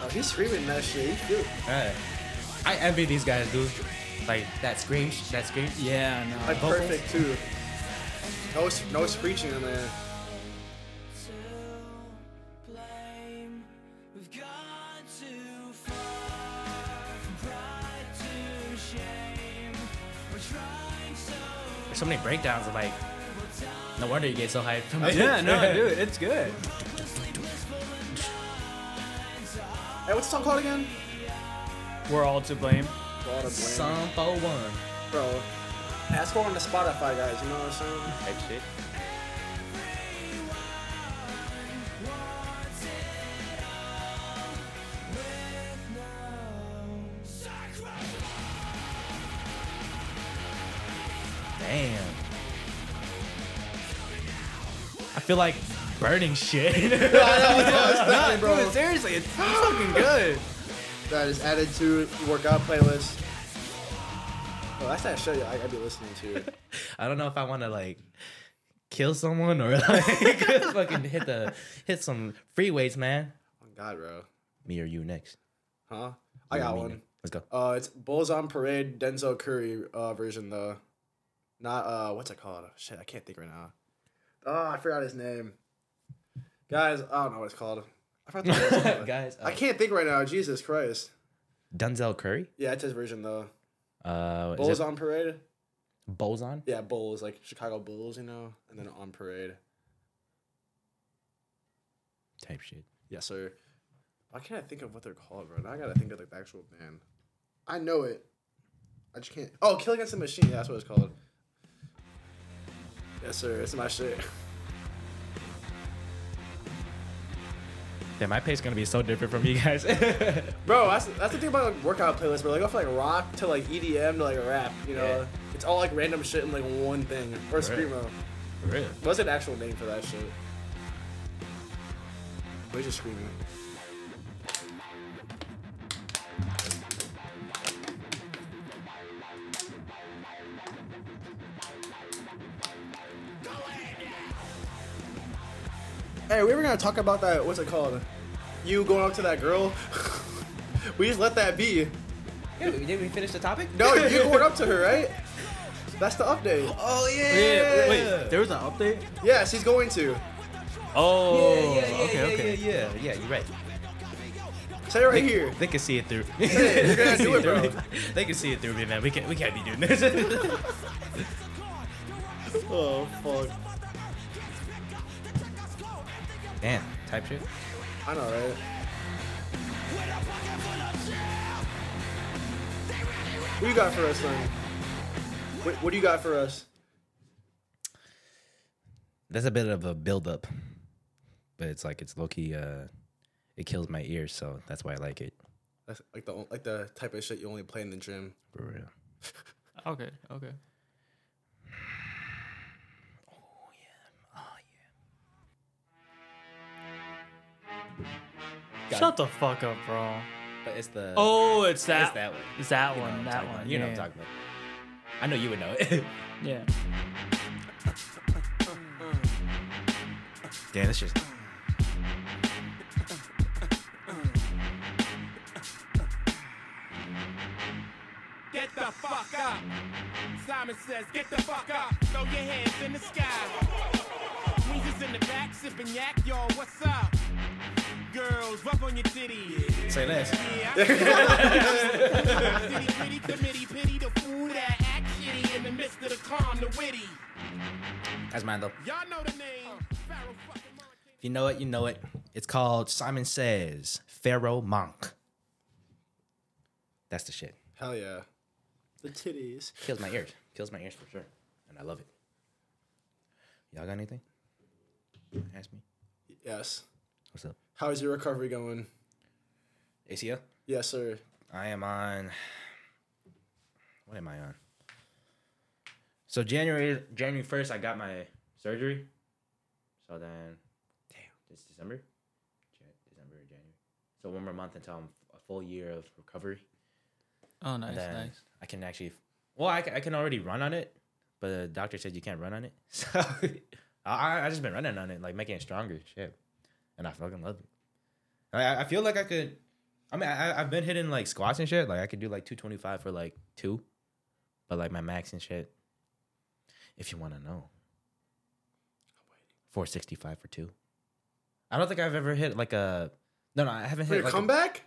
Speaker 4: Oh, he's screaming that shit. He's cute.
Speaker 2: Uh, I envy these guys, dude. Like that scream, sh- that scream.
Speaker 3: Yeah,
Speaker 4: Like
Speaker 3: no.
Speaker 2: vocals?
Speaker 4: perfect too. No, s- no screeching in there.
Speaker 2: There's so many breakdowns. I'm like, no wonder you get so hyped. From
Speaker 3: [laughs] Yeah, no, dude, it's good.
Speaker 4: Hey, what's the song called again?
Speaker 3: We're all to blame.
Speaker 4: God, I'm blank.
Speaker 2: Sampo one.
Speaker 4: bro. That's going to Spotify, guys. You know what I'm
Speaker 2: Type
Speaker 4: saying?
Speaker 2: shit. Damn. I feel like burning shit. [laughs]
Speaker 4: Especially, bro,
Speaker 3: Dude, seriously, it's, it's fucking good.
Speaker 4: that is added to your workout playlist. Oh, that's that show I, I'd be listening [laughs] to. Oh,
Speaker 2: I don't know if I want to like kill someone or [laughs] like fucking hit the hit some freeways, man.
Speaker 4: Oh, God, bro.
Speaker 2: Me or you next?
Speaker 4: Huh? I
Speaker 2: You or
Speaker 4: got
Speaker 2: me
Speaker 4: one.
Speaker 2: next. Let's go.
Speaker 4: Uh, it's Bulls on Parade, Denzel Curry uh, version though. Not uh, what's it called? Shit, I can't think right now. Oh, I forgot his name. Guys, I don't know what it's called. I forgot [laughs] the what's called.
Speaker 2: [laughs] [laughs] Guys, uh,
Speaker 4: I can't think right now. Jesus Christ.
Speaker 2: Denzel Curry.
Speaker 4: Yeah, it's his version though.
Speaker 2: Uh,
Speaker 4: Bulls
Speaker 2: is it
Speaker 4: on Parade.
Speaker 2: Boson?
Speaker 4: Yeah, Bulls like Chicago Bulls, you know, and then on Parade.
Speaker 2: type shit.
Speaker 4: Yes, sir. Why can't I think of what they're called, bro? Now I gotta think of like the actual band. I know it. I just can't. Oh, Kill Against the Machine. Yeah, that's what it's called. Yes, sir. It's my shit.
Speaker 2: Damn, my pace gonna be so different from you guys. [laughs]
Speaker 4: Bro, that's, that's the thing about like, workout playlists, bro. They go from like rock to like EDM to like rap, you know?
Speaker 2: Yeah.
Speaker 4: It's all like random shit in like one thing. Or Screamo.
Speaker 2: really?
Speaker 4: What's an actual name for that shit? Where's your Screamo? Hey, we were gonna talk about that. What's it called? You going up to that girl? we just let that be.
Speaker 2: Did we finish the topic?
Speaker 4: No, you're going up to her, right? That's the update.
Speaker 2: Oh yeah.
Speaker 3: Yeah, [gasps] wait, there was an update?
Speaker 4: Yeah, she's going to.
Speaker 2: Yeah,
Speaker 3: Oh,
Speaker 2: yeah, yeah,
Speaker 3: okay,
Speaker 2: yeah,
Speaker 3: okay.
Speaker 2: yeah, yeah, yeah. You're right.
Speaker 4: Say it right [laughs] here.
Speaker 2: They can see it through.
Speaker 4: you're gonna
Speaker 2: See
Speaker 4: do it,
Speaker 2: through me.
Speaker 4: bro.
Speaker 2: [laughs] They can see it through me, man. We can't, we can't be doing this. [laughs]
Speaker 4: Oh fuck.
Speaker 2: Damn, type shit.
Speaker 4: I know, right? What you got for us, then? What, what do you got for us?
Speaker 2: That's a bit of a buildup, but it's like it's low key. Uh, it kills my ears, so that's why I like it.
Speaker 4: That's like the like the type of shit you only play in the gym.
Speaker 2: For real.
Speaker 3: Okay, okay. Shut the fuck up, bro.
Speaker 2: But it's the
Speaker 3: Oh, it's that.
Speaker 2: it's that one.
Speaker 3: It's that
Speaker 2: You know what
Speaker 3: one.
Speaker 2: I'm
Speaker 3: That
Speaker 2: talking
Speaker 3: one.
Speaker 2: about. You know
Speaker 3: yeah.
Speaker 2: what I'm talking about. I know you would know it. [laughs]
Speaker 3: Yeah.
Speaker 2: Damn, that's just.
Speaker 5: Get the fuck up. Simon says, get the fuck up. Throw your hands in the sky. Weezers in the back, sipping yak, yo, what's up? Girls, rub on your titties.
Speaker 2: Say less.
Speaker 5: Yeah, I see you. City, gritty, committee, pity the fool that act shitty in the midst of the calm, the witty.
Speaker 2: That's mine though.
Speaker 5: Y'all know the name. Pharaoh fucking Monk.
Speaker 2: If you know it, you know it. It's called Simon Says Pharaoh Monk. That's the shit.
Speaker 4: Hell yeah. The titties.
Speaker 2: Kills my ears. Kills my ears for sure. And I love it. Y'all got anything? Ask me.
Speaker 4: Yes.
Speaker 2: What's up?
Speaker 4: How is your recovery going?
Speaker 2: ACL?
Speaker 4: Yes, sir.
Speaker 2: I am on. What am I on? So January January first, I got my surgery. So then, damn, this December, Jan- December January. So one more month until I'm a full year of recovery.
Speaker 3: Oh, nice,
Speaker 2: And then
Speaker 3: nice.
Speaker 2: I can actually, well, I, ca- I can already run on it, but the doctor said you can't run on it. [laughs] So I I I just been running on it, like making it stronger, shit, and I fucking love it. I- I I feel like I could. I mean, I, I- I've been hitting like squats and shit. Like I could do like two twenty five for like two, but like my max and shit. If you want to know, four sixty five for two. I don't think I've ever hit like a. No, no, I haven't
Speaker 4: For
Speaker 2: hit
Speaker 4: your
Speaker 2: like. a-
Speaker 4: comeback?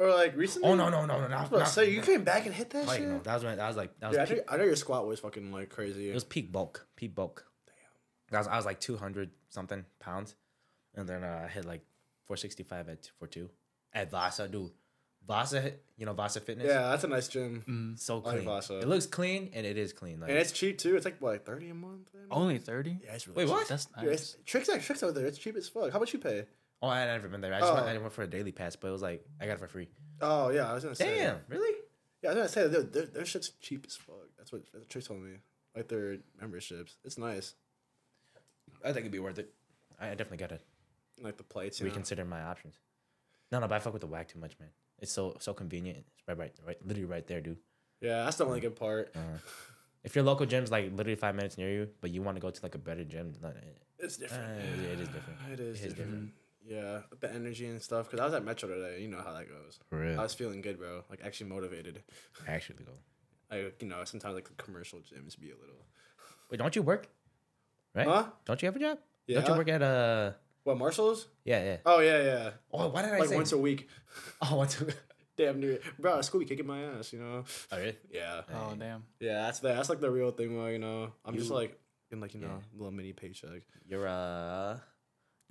Speaker 4: Or like recently?
Speaker 2: oh no no no no!
Speaker 4: I was
Speaker 2: Not,
Speaker 4: about to
Speaker 2: not,
Speaker 4: say you came back and hit that
Speaker 2: like,
Speaker 4: shit.
Speaker 2: no, that was when that was like that was
Speaker 4: yeah, I
Speaker 2: peak-
Speaker 4: know, I know your squat was fucking like crazy.
Speaker 2: It was peak bulk, peak bulk. Damn. I was, I was like 200 something pounds. And then uh, I hit like 465 at for two. At Vasa, dude. Vasa, hit- you know, Vasa Fitness.
Speaker 4: yeah, that's a nice gym.
Speaker 2: So
Speaker 4: like
Speaker 2: clean.
Speaker 4: Vasa.
Speaker 2: It looks clean and it is clean. Like,
Speaker 4: And it's cheap too. It's like what, like thirty a month? I mean?
Speaker 3: Only 30?
Speaker 4: Yeah, it's really
Speaker 2: wait,
Speaker 4: cheap.
Speaker 2: what?
Speaker 3: That's
Speaker 4: Dude,
Speaker 3: nice.
Speaker 4: it's, tricks like tricks out there. It's cheap as fuck. How much you pay?
Speaker 2: oh, I had never been there. I just went,
Speaker 4: Oh.
Speaker 2: I went for a daily pass, but it was like, I got it for free.
Speaker 4: Oh yeah, I was gonna say.
Speaker 2: Damn, really?
Speaker 4: Yeah, I was gonna say their, their, their shit's cheap as fuck. That's what, that's what Trick told me. like their memberships. It's nice.
Speaker 2: I think it'd be worth it. I I definitely gotta
Speaker 4: Like the plates. You know?
Speaker 2: reconsider my options. No, no, but I fuck with the whack too much, man. It's so so convenient. It's right, right, right, literally right there, dude.
Speaker 4: yeah, that's the only good part.
Speaker 2: If your local gym's like literally five minutes near you, but you want to go to like a better gym, like, eh,
Speaker 4: It's
Speaker 2: eh,
Speaker 4: different.
Speaker 2: yeah, uh, it is different.
Speaker 4: It is
Speaker 2: different.
Speaker 4: different. Yeah, with the energy and stuff. Because I was at Metro today. You know how that goes.
Speaker 2: For real.
Speaker 4: I was feeling good, bro. Like actually motivated.
Speaker 2: Actually, though.
Speaker 4: I, you know, sometimes like the commercial gyms be a little.
Speaker 2: Wait, don't you work? Right?
Speaker 4: Huh?
Speaker 2: Don't you have a job? Don't you
Speaker 4: Yeah.
Speaker 2: work at uh?
Speaker 4: What Marshalls?
Speaker 2: Yeah, yeah.
Speaker 4: Oh yeah, yeah.
Speaker 2: Oh, why did I
Speaker 4: Like
Speaker 2: say?
Speaker 4: once a week.
Speaker 2: [laughs] oh, once a.
Speaker 4: [laughs] Damn near, bro. School be kicking my ass. You know.
Speaker 2: oh, really?
Speaker 4: Yeah.
Speaker 3: Oh damn.
Speaker 4: Yeah, that's the, that's like the real thing. Where you know, I'm just
Speaker 2: You-
Speaker 4: like in like you know
Speaker 2: Yeah.
Speaker 4: little mini paycheck.
Speaker 2: You're uh.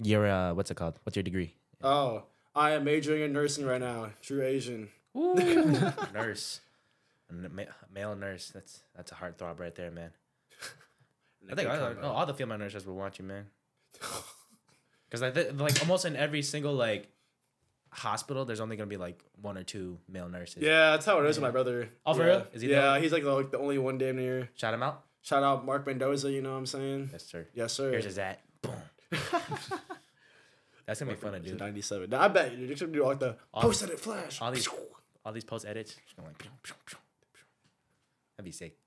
Speaker 2: You're uh. What's it called? What's your degree?
Speaker 4: Oh, I am majoring in nursing right now. True Asian.
Speaker 2: nurse, A n- ma- male nurse. That's that's a heartthrob right there, man. I think all, no, all the female nurses would want you, man. [laughs] Because like, th- like almost in every single like hospital, there's only gonna be like one or two male nurses.
Speaker 4: Yeah, that's how it is with my brother.
Speaker 2: Oh, for
Speaker 4: Yeah.
Speaker 2: real? Is he the
Speaker 4: yeah,
Speaker 2: only-
Speaker 4: he's like the, like the only one damn near.
Speaker 2: Shout him out.
Speaker 4: Shout out Mark Mendoza. You know what I'm saying?
Speaker 2: Yes, sir.
Speaker 4: Yes, sir.
Speaker 2: Here's his at. Boom. that's gonna be fun to
Speaker 4: It's a
Speaker 2: do.
Speaker 4: 97. Now, I bet you. You're just gonna do like the
Speaker 2: All
Speaker 4: post
Speaker 2: these-
Speaker 4: edit flash.
Speaker 2: All these all these post edits. Just gonna like. That'd be sick.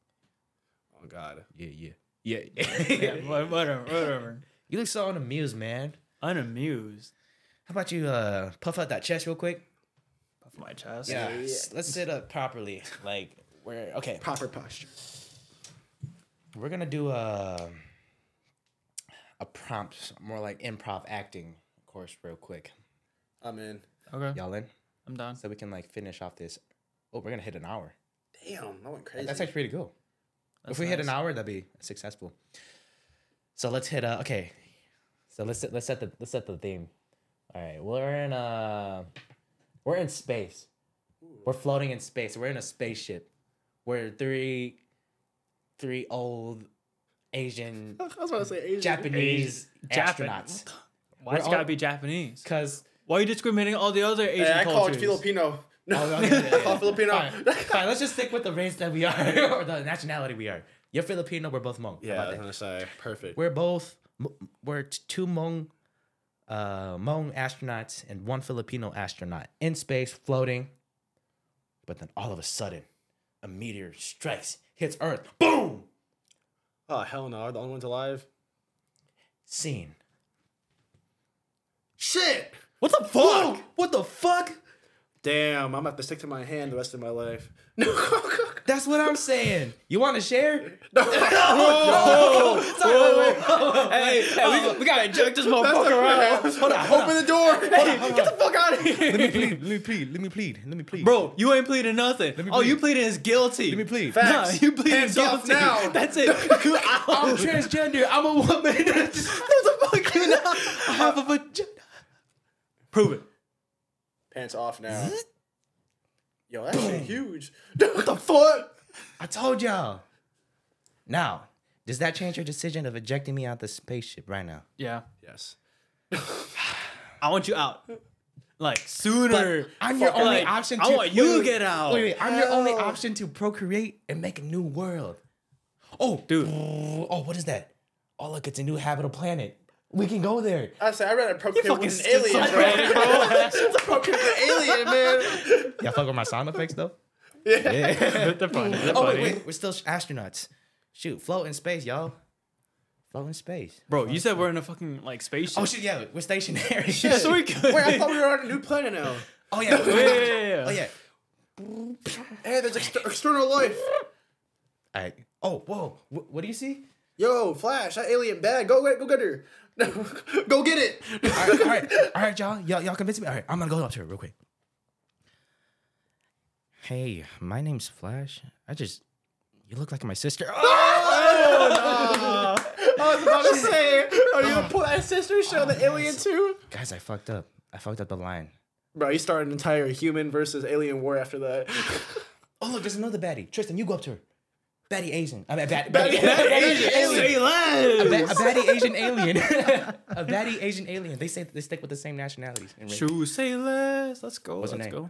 Speaker 4: Oh God.
Speaker 2: Yeah, yeah, yeah.
Speaker 3: [laughs] Yeah, wha- whatever, whatever.
Speaker 2: you look so unamused, man.
Speaker 3: Unamused.
Speaker 2: How about you uh puff out that chest real quick?
Speaker 3: Puff my chest.
Speaker 2: Yeah. s- Let's sit up properly. Like we're okay.
Speaker 4: Proper posture.
Speaker 2: We're gonna do a a prompt, more like improv acting course, real quick.
Speaker 4: I'm in.
Speaker 3: Okay.
Speaker 2: Y'all in?
Speaker 3: I'm done.
Speaker 2: So we can like finish off this. Oh, we're gonna hit an hour.
Speaker 4: Damn, I went crazy.
Speaker 2: That's actually pretty cool.
Speaker 3: That's
Speaker 2: if we hit an
Speaker 3: nice.
Speaker 2: hour, that'd be successful. So let's hit. Uh, okay. So let's set- let's set the let's set the theme. All right, we're in uh, we're in space. We're floating in space. We're in a spaceship. We're three, three old
Speaker 4: [laughs]
Speaker 2: Asian
Speaker 4: I was about to say Asian.
Speaker 2: Japanese
Speaker 3: Japan-
Speaker 2: astronauts.
Speaker 3: Why it's
Speaker 2: all-
Speaker 3: gotta be Japanese?
Speaker 4: [laughs]
Speaker 2: Because
Speaker 3: Why are you discriminating all the other Asian
Speaker 4: Hey, I called
Speaker 3: cultures?
Speaker 4: Filipino. No, [laughs]
Speaker 2: Oh, okay, yeah,
Speaker 4: I called Filipino.
Speaker 2: [laughs] Fine.
Speaker 4: [laughs]
Speaker 2: Fine, let's just stick with the race that we are [laughs] or the nationality we are. You're Filipino. We're both Hmong. How
Speaker 4: Yeah,
Speaker 2: about
Speaker 4: I was
Speaker 2: that?
Speaker 4: gonna say perfect.
Speaker 2: We're both m- we're t- two Hmong uh Hmong astronauts and one Filipino astronaut in space floating. But then all of a sudden, a meteor strikes, hits Earth. Boom!
Speaker 4: Oh hell no! Are the only ones alive?
Speaker 2: Scene.
Speaker 4: Shit!
Speaker 2: What the fuck? What the fuck?
Speaker 4: Damn, I'm gonna have to stick to my hand the rest of my life. [laughs] No, [laughs]
Speaker 2: That's what I'm saying. You want to share? Hey,
Speaker 3: oh,
Speaker 2: hey, we, we gotta jug [laughs] this motherfucker around. Hold on, hold on.
Speaker 4: open the door!
Speaker 2: Get the
Speaker 4: fuck out of here!
Speaker 2: [laughs] Let me plead. Let me plead. Let me plead. Let me plead.
Speaker 3: Bro, you ain't pleading nothing.
Speaker 2: me
Speaker 3: All you
Speaker 2: plead.
Speaker 3: pleaded is guilty.
Speaker 2: Let me plead.
Speaker 3: Nah,
Speaker 4: Facts.
Speaker 3: you pleaded
Speaker 4: Hands off
Speaker 3: guilty.
Speaker 4: now.
Speaker 2: [laughs]
Speaker 3: That's it.
Speaker 2: I'm transgender. I'm a woman.
Speaker 3: [laughs]
Speaker 2: [laughs]
Speaker 3: I have a vagina. Prove it.
Speaker 4: [laughs] Pants off now. Yo, that's huge. what the [laughs] fuck?
Speaker 2: I told y'all. Now, does that change your decision of ejecting me out the spaceship right now?
Speaker 3: Yeah.
Speaker 4: Yes.
Speaker 3: I want you out. Like sooner.
Speaker 2: I'm your only
Speaker 3: Like,
Speaker 2: option. To,
Speaker 3: I want you to get out.
Speaker 2: Wait, wait, I'm your only option to procreate and make a new world. Oh, [laughs]
Speaker 3: Dude.
Speaker 2: Oh, what is that? Oh, look, it's a new habitable planet. We can go there.
Speaker 4: I say I rather procreate
Speaker 3: fucking
Speaker 4: with an alien,
Speaker 3: schizophrenic,
Speaker 4: [laughs] bro. Procreate with an alien, man.
Speaker 2: Y'all fuck with my sound effects
Speaker 3: [laughs]
Speaker 2: though.
Speaker 3: They're funny. They're
Speaker 2: Oh
Speaker 3: funny.
Speaker 2: wait, wait, we're still astronauts. Shoot, float in space, y'all. Float in space.
Speaker 3: Bro, you said we're in a fucking like spaceship.
Speaker 2: Oh shit, yeah, we're stationary.
Speaker 3: Yeah, [laughs] so we could.
Speaker 4: Wait, I thought we were on a new planet now.
Speaker 2: [laughs] oh yeah.
Speaker 3: Yeah, [laughs] yeah, yeah.
Speaker 2: Oh yeah.
Speaker 4: Hey, there's ex- external life.
Speaker 2: All right. Oh whoa. Wh- what do you see?
Speaker 4: Yo, Flash, that alien bad. Go get, go get her. [laughs] go get it.
Speaker 2: All right, all right, all right, y'all. Y'all, y'all convince me. All right, I'm gonna go up to her real quick. Hey, my name's Flash. I just, you look like my sister. Ah!
Speaker 4: I was about to say, are you gonna pull
Speaker 2: Oh,
Speaker 4: that sister show the alien too?
Speaker 2: Guys, I fucked up. I fucked up the line.
Speaker 4: Bro, you start an entire human versus alien war after that.
Speaker 2: Oh look, there's another baddie. Tristan, you go up to her. Baddie Asian. I mean, bad, baddie, baddie Asian alien.
Speaker 3: Say less.
Speaker 2: A, ba- a baddie Asian alien. [laughs] a baddie Asian alien. They say they stick with the same nationalities. and race.
Speaker 3: True, say less. Let's go.
Speaker 2: her
Speaker 3: Let's
Speaker 2: name?
Speaker 3: go.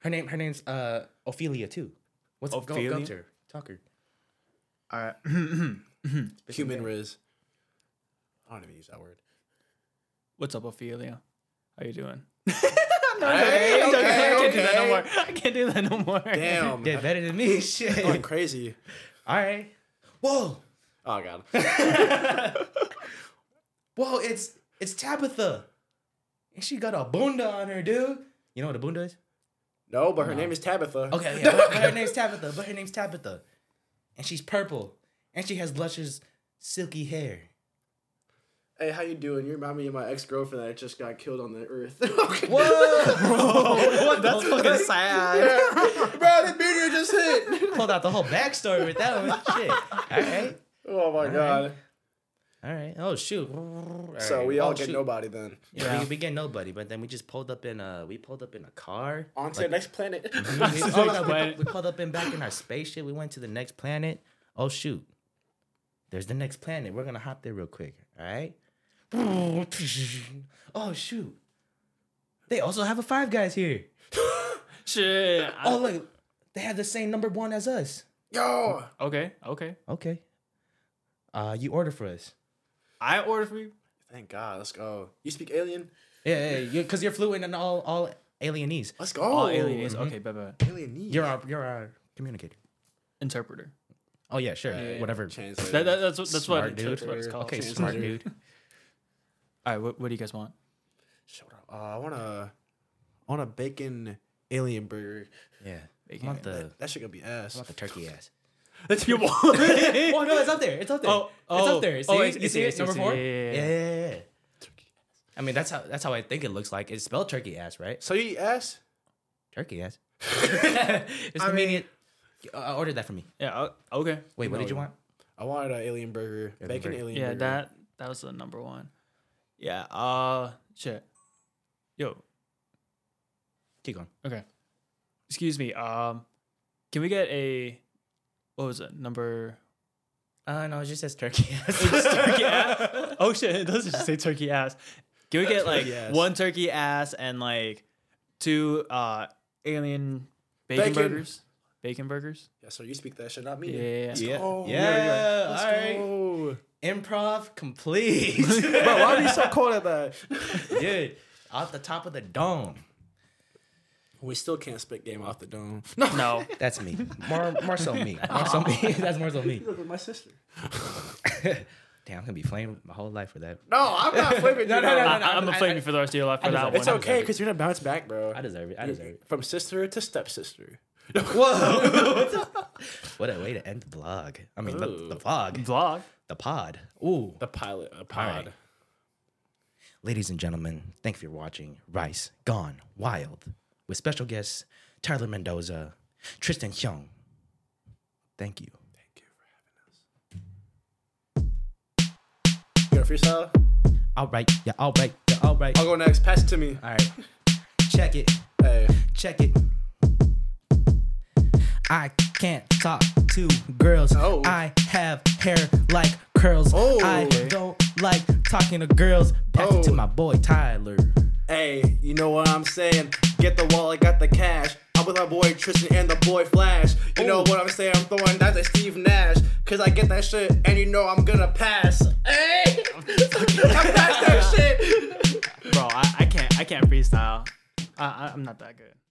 Speaker 2: Her name. Her name's uh Ophelia too. What's Ophelia? Go, go up
Speaker 3: Ophelia?
Speaker 2: to her. Talk her. All right.
Speaker 1: Human Riz. I don't even use
Speaker 2: [laughs]
Speaker 1: that word.
Speaker 3: What's up, Ophelia? How you doing?
Speaker 1: Hey, okay,
Speaker 3: I can't do that no
Speaker 1: okay.
Speaker 3: more. I can't do that no more.
Speaker 1: Damn.
Speaker 2: Did
Speaker 1: That's
Speaker 2: better than me. [laughs] Shit.
Speaker 1: going crazy.
Speaker 2: All right. Whoa.
Speaker 1: Oh, God.
Speaker 2: Whoa. It's it's Tabitha. And she got a bunda on her, dude. You know what a bunda is?
Speaker 1: No, but her name is Tabitha.
Speaker 2: Oh, Okay,
Speaker 4: [laughs]
Speaker 2: yeah, but, but her name's Tabitha. But her name's Tabitha, and she's purple, and she has luscious, silky hair.
Speaker 4: Hey, how you doing? You remind me of my ex girlfriend that just got killed on the earth. [laughs]
Speaker 2: [laughs]
Speaker 4: okay.
Speaker 2: Whoa,
Speaker 3: That's fucking sad.
Speaker 4: Bro, the meteor just hit. [laughs]
Speaker 2: pulled out the whole backstory with that one. Shit. All right,
Speaker 4: oh my god.
Speaker 2: all right. Oh shoot. All
Speaker 4: So
Speaker 2: right.
Speaker 4: we all
Speaker 2: Oh,
Speaker 4: get
Speaker 2: shoot.
Speaker 4: nobody then.
Speaker 2: Yeah, we, we get nobody, but then we just pulled up in a we pulled up in a car.
Speaker 4: On to the next planet. [laughs]
Speaker 2: We, we- oh, no, we,
Speaker 3: Right.
Speaker 2: pu- we pulled up in back in our spaceship. We went to the next planet. Oh shoot. There's the next planet. We're gonna hop there real quick. All right. Oh shoot. They also have a Five Guys here.
Speaker 3: Shit.
Speaker 2: Oh look, they have the same number one as us.
Speaker 4: Yo,
Speaker 3: Okay. Okay.
Speaker 2: Okay. Uh, you order for us.
Speaker 3: I ordered for you.
Speaker 1: Thank God. Let's go.
Speaker 4: you speak alien?
Speaker 2: Yeah, yeah, yeah, cause you're fluent in all all alienese.
Speaker 1: Let's go.
Speaker 3: Oh, aliens. Okay, bye bye.
Speaker 1: Alienese.
Speaker 2: You're our you're our communicator.
Speaker 3: Interpreter.
Speaker 2: Oh yeah, sure, whatever.
Speaker 1: Translator.
Speaker 3: That, that, that's what that's what,
Speaker 2: Smart dude.
Speaker 3: that's what it's called.
Speaker 2: Okay, smart dude.
Speaker 3: [laughs] All right. What, what do you guys want?
Speaker 1: Shut up. Uh, I want a, I want a bacon alien burger.
Speaker 2: Yeah, I want the I
Speaker 1: That shit gonna be ass.
Speaker 2: want the turkey ass.
Speaker 1: [laughs] That's your
Speaker 2: Oh no, it's up there. It's up there.
Speaker 3: Oh,
Speaker 2: it's
Speaker 3: oh,
Speaker 2: up there. See,
Speaker 3: oh, I
Speaker 2: you
Speaker 3: see,
Speaker 2: see,
Speaker 3: I
Speaker 2: it?
Speaker 3: see, I
Speaker 2: Number
Speaker 3: see.
Speaker 2: four.
Speaker 3: Yeah, yeah, yeah.
Speaker 2: yeah, yeah. I mean, that's how that's how I think it looks like. It's spelled turkey ass, right?
Speaker 1: So you eat ass?
Speaker 2: Turkey ass. [laughs] it's convenient. uh, order that for me.
Speaker 3: Yeah. o- Okay.
Speaker 2: Wait, what
Speaker 1: No,
Speaker 2: did
Speaker 1: you-
Speaker 2: you want?
Speaker 1: I wanted an alien burger. bacon
Speaker 2: burger.
Speaker 1: alien
Speaker 3: Yeah.
Speaker 1: burger.
Speaker 3: That that was the number one. Yeah. Uh. Shit. Yo.
Speaker 2: Keep going.
Speaker 3: Okay. Excuse me. Um. Can we get a what was it? Number
Speaker 2: Uh no, it just says turkey [laughs] ass.
Speaker 3: [laughs] turkey ass. Oh shit! It doesn't just say turkey ass. Can we get like
Speaker 1: Turkey ass.
Speaker 3: one turkey ass and like two uh alien bacon,
Speaker 1: Bacon.
Speaker 3: burgers? Bacon burgers.
Speaker 1: Yeah, so you speak that shit, not me.
Speaker 3: Yeah.
Speaker 2: yeah.
Speaker 1: go.
Speaker 2: Yeah. All right.
Speaker 1: Oh.
Speaker 2: Improv complete. [laughs]
Speaker 1: Bro, why are you so cold at that?
Speaker 2: Dude, off the top of the dome.
Speaker 1: We still can't spit game off the dome. [laughs]
Speaker 3: No.
Speaker 2: That's me. More, more so me. More so me. [laughs] That's more so me.
Speaker 4: You look like my sister.
Speaker 2: Damn, I'm gonna be flamed my whole life for that.
Speaker 1: No, I'm not [laughs] flipping. no, no,
Speaker 3: [laughs] I, I'm gonna flame you for the rest of your life for that
Speaker 2: deserve it.
Speaker 3: one.
Speaker 1: It's okay because you're gonna bounce back, bro.
Speaker 2: I deserve it. I deserve it.
Speaker 1: From sister to stepsister.
Speaker 2: What a way to end the vlog. I mean, the, the vlog,
Speaker 3: Vlog.
Speaker 2: the pod. Ooh.
Speaker 1: The pilot, a
Speaker 2: right.
Speaker 1: pod.
Speaker 2: Ladies and gentlemen, thank you for watching Rice Gone Wild with special guests Tyler Mendoza, Tristan Hyung. Thank you.
Speaker 4: You got a freestyle?
Speaker 2: All right. Yeah, all right. Yeah, all right.
Speaker 4: I'll go next. Pass it to me.
Speaker 2: All right. Check it.
Speaker 4: Hey.
Speaker 2: Check it. I can't talk to girls.
Speaker 4: Oh.
Speaker 2: I have hair like curls.
Speaker 4: Oh.
Speaker 2: I don't like talking to girls. Pass it to
Speaker 4: Oh.
Speaker 2: my boy Tyler.
Speaker 4: Hey, you know what I'm saying? Get the wallet, got the cash. I'm with my boy Tristan and the boy Flash. You know what I'm saying? I'm throwing that at Steve Nash. Cause I get that shit, and you know I'm gonna pass. Hey! I passed that shit!
Speaker 3: Bro, I, I can't I can't freestyle. I, I I'm not that good.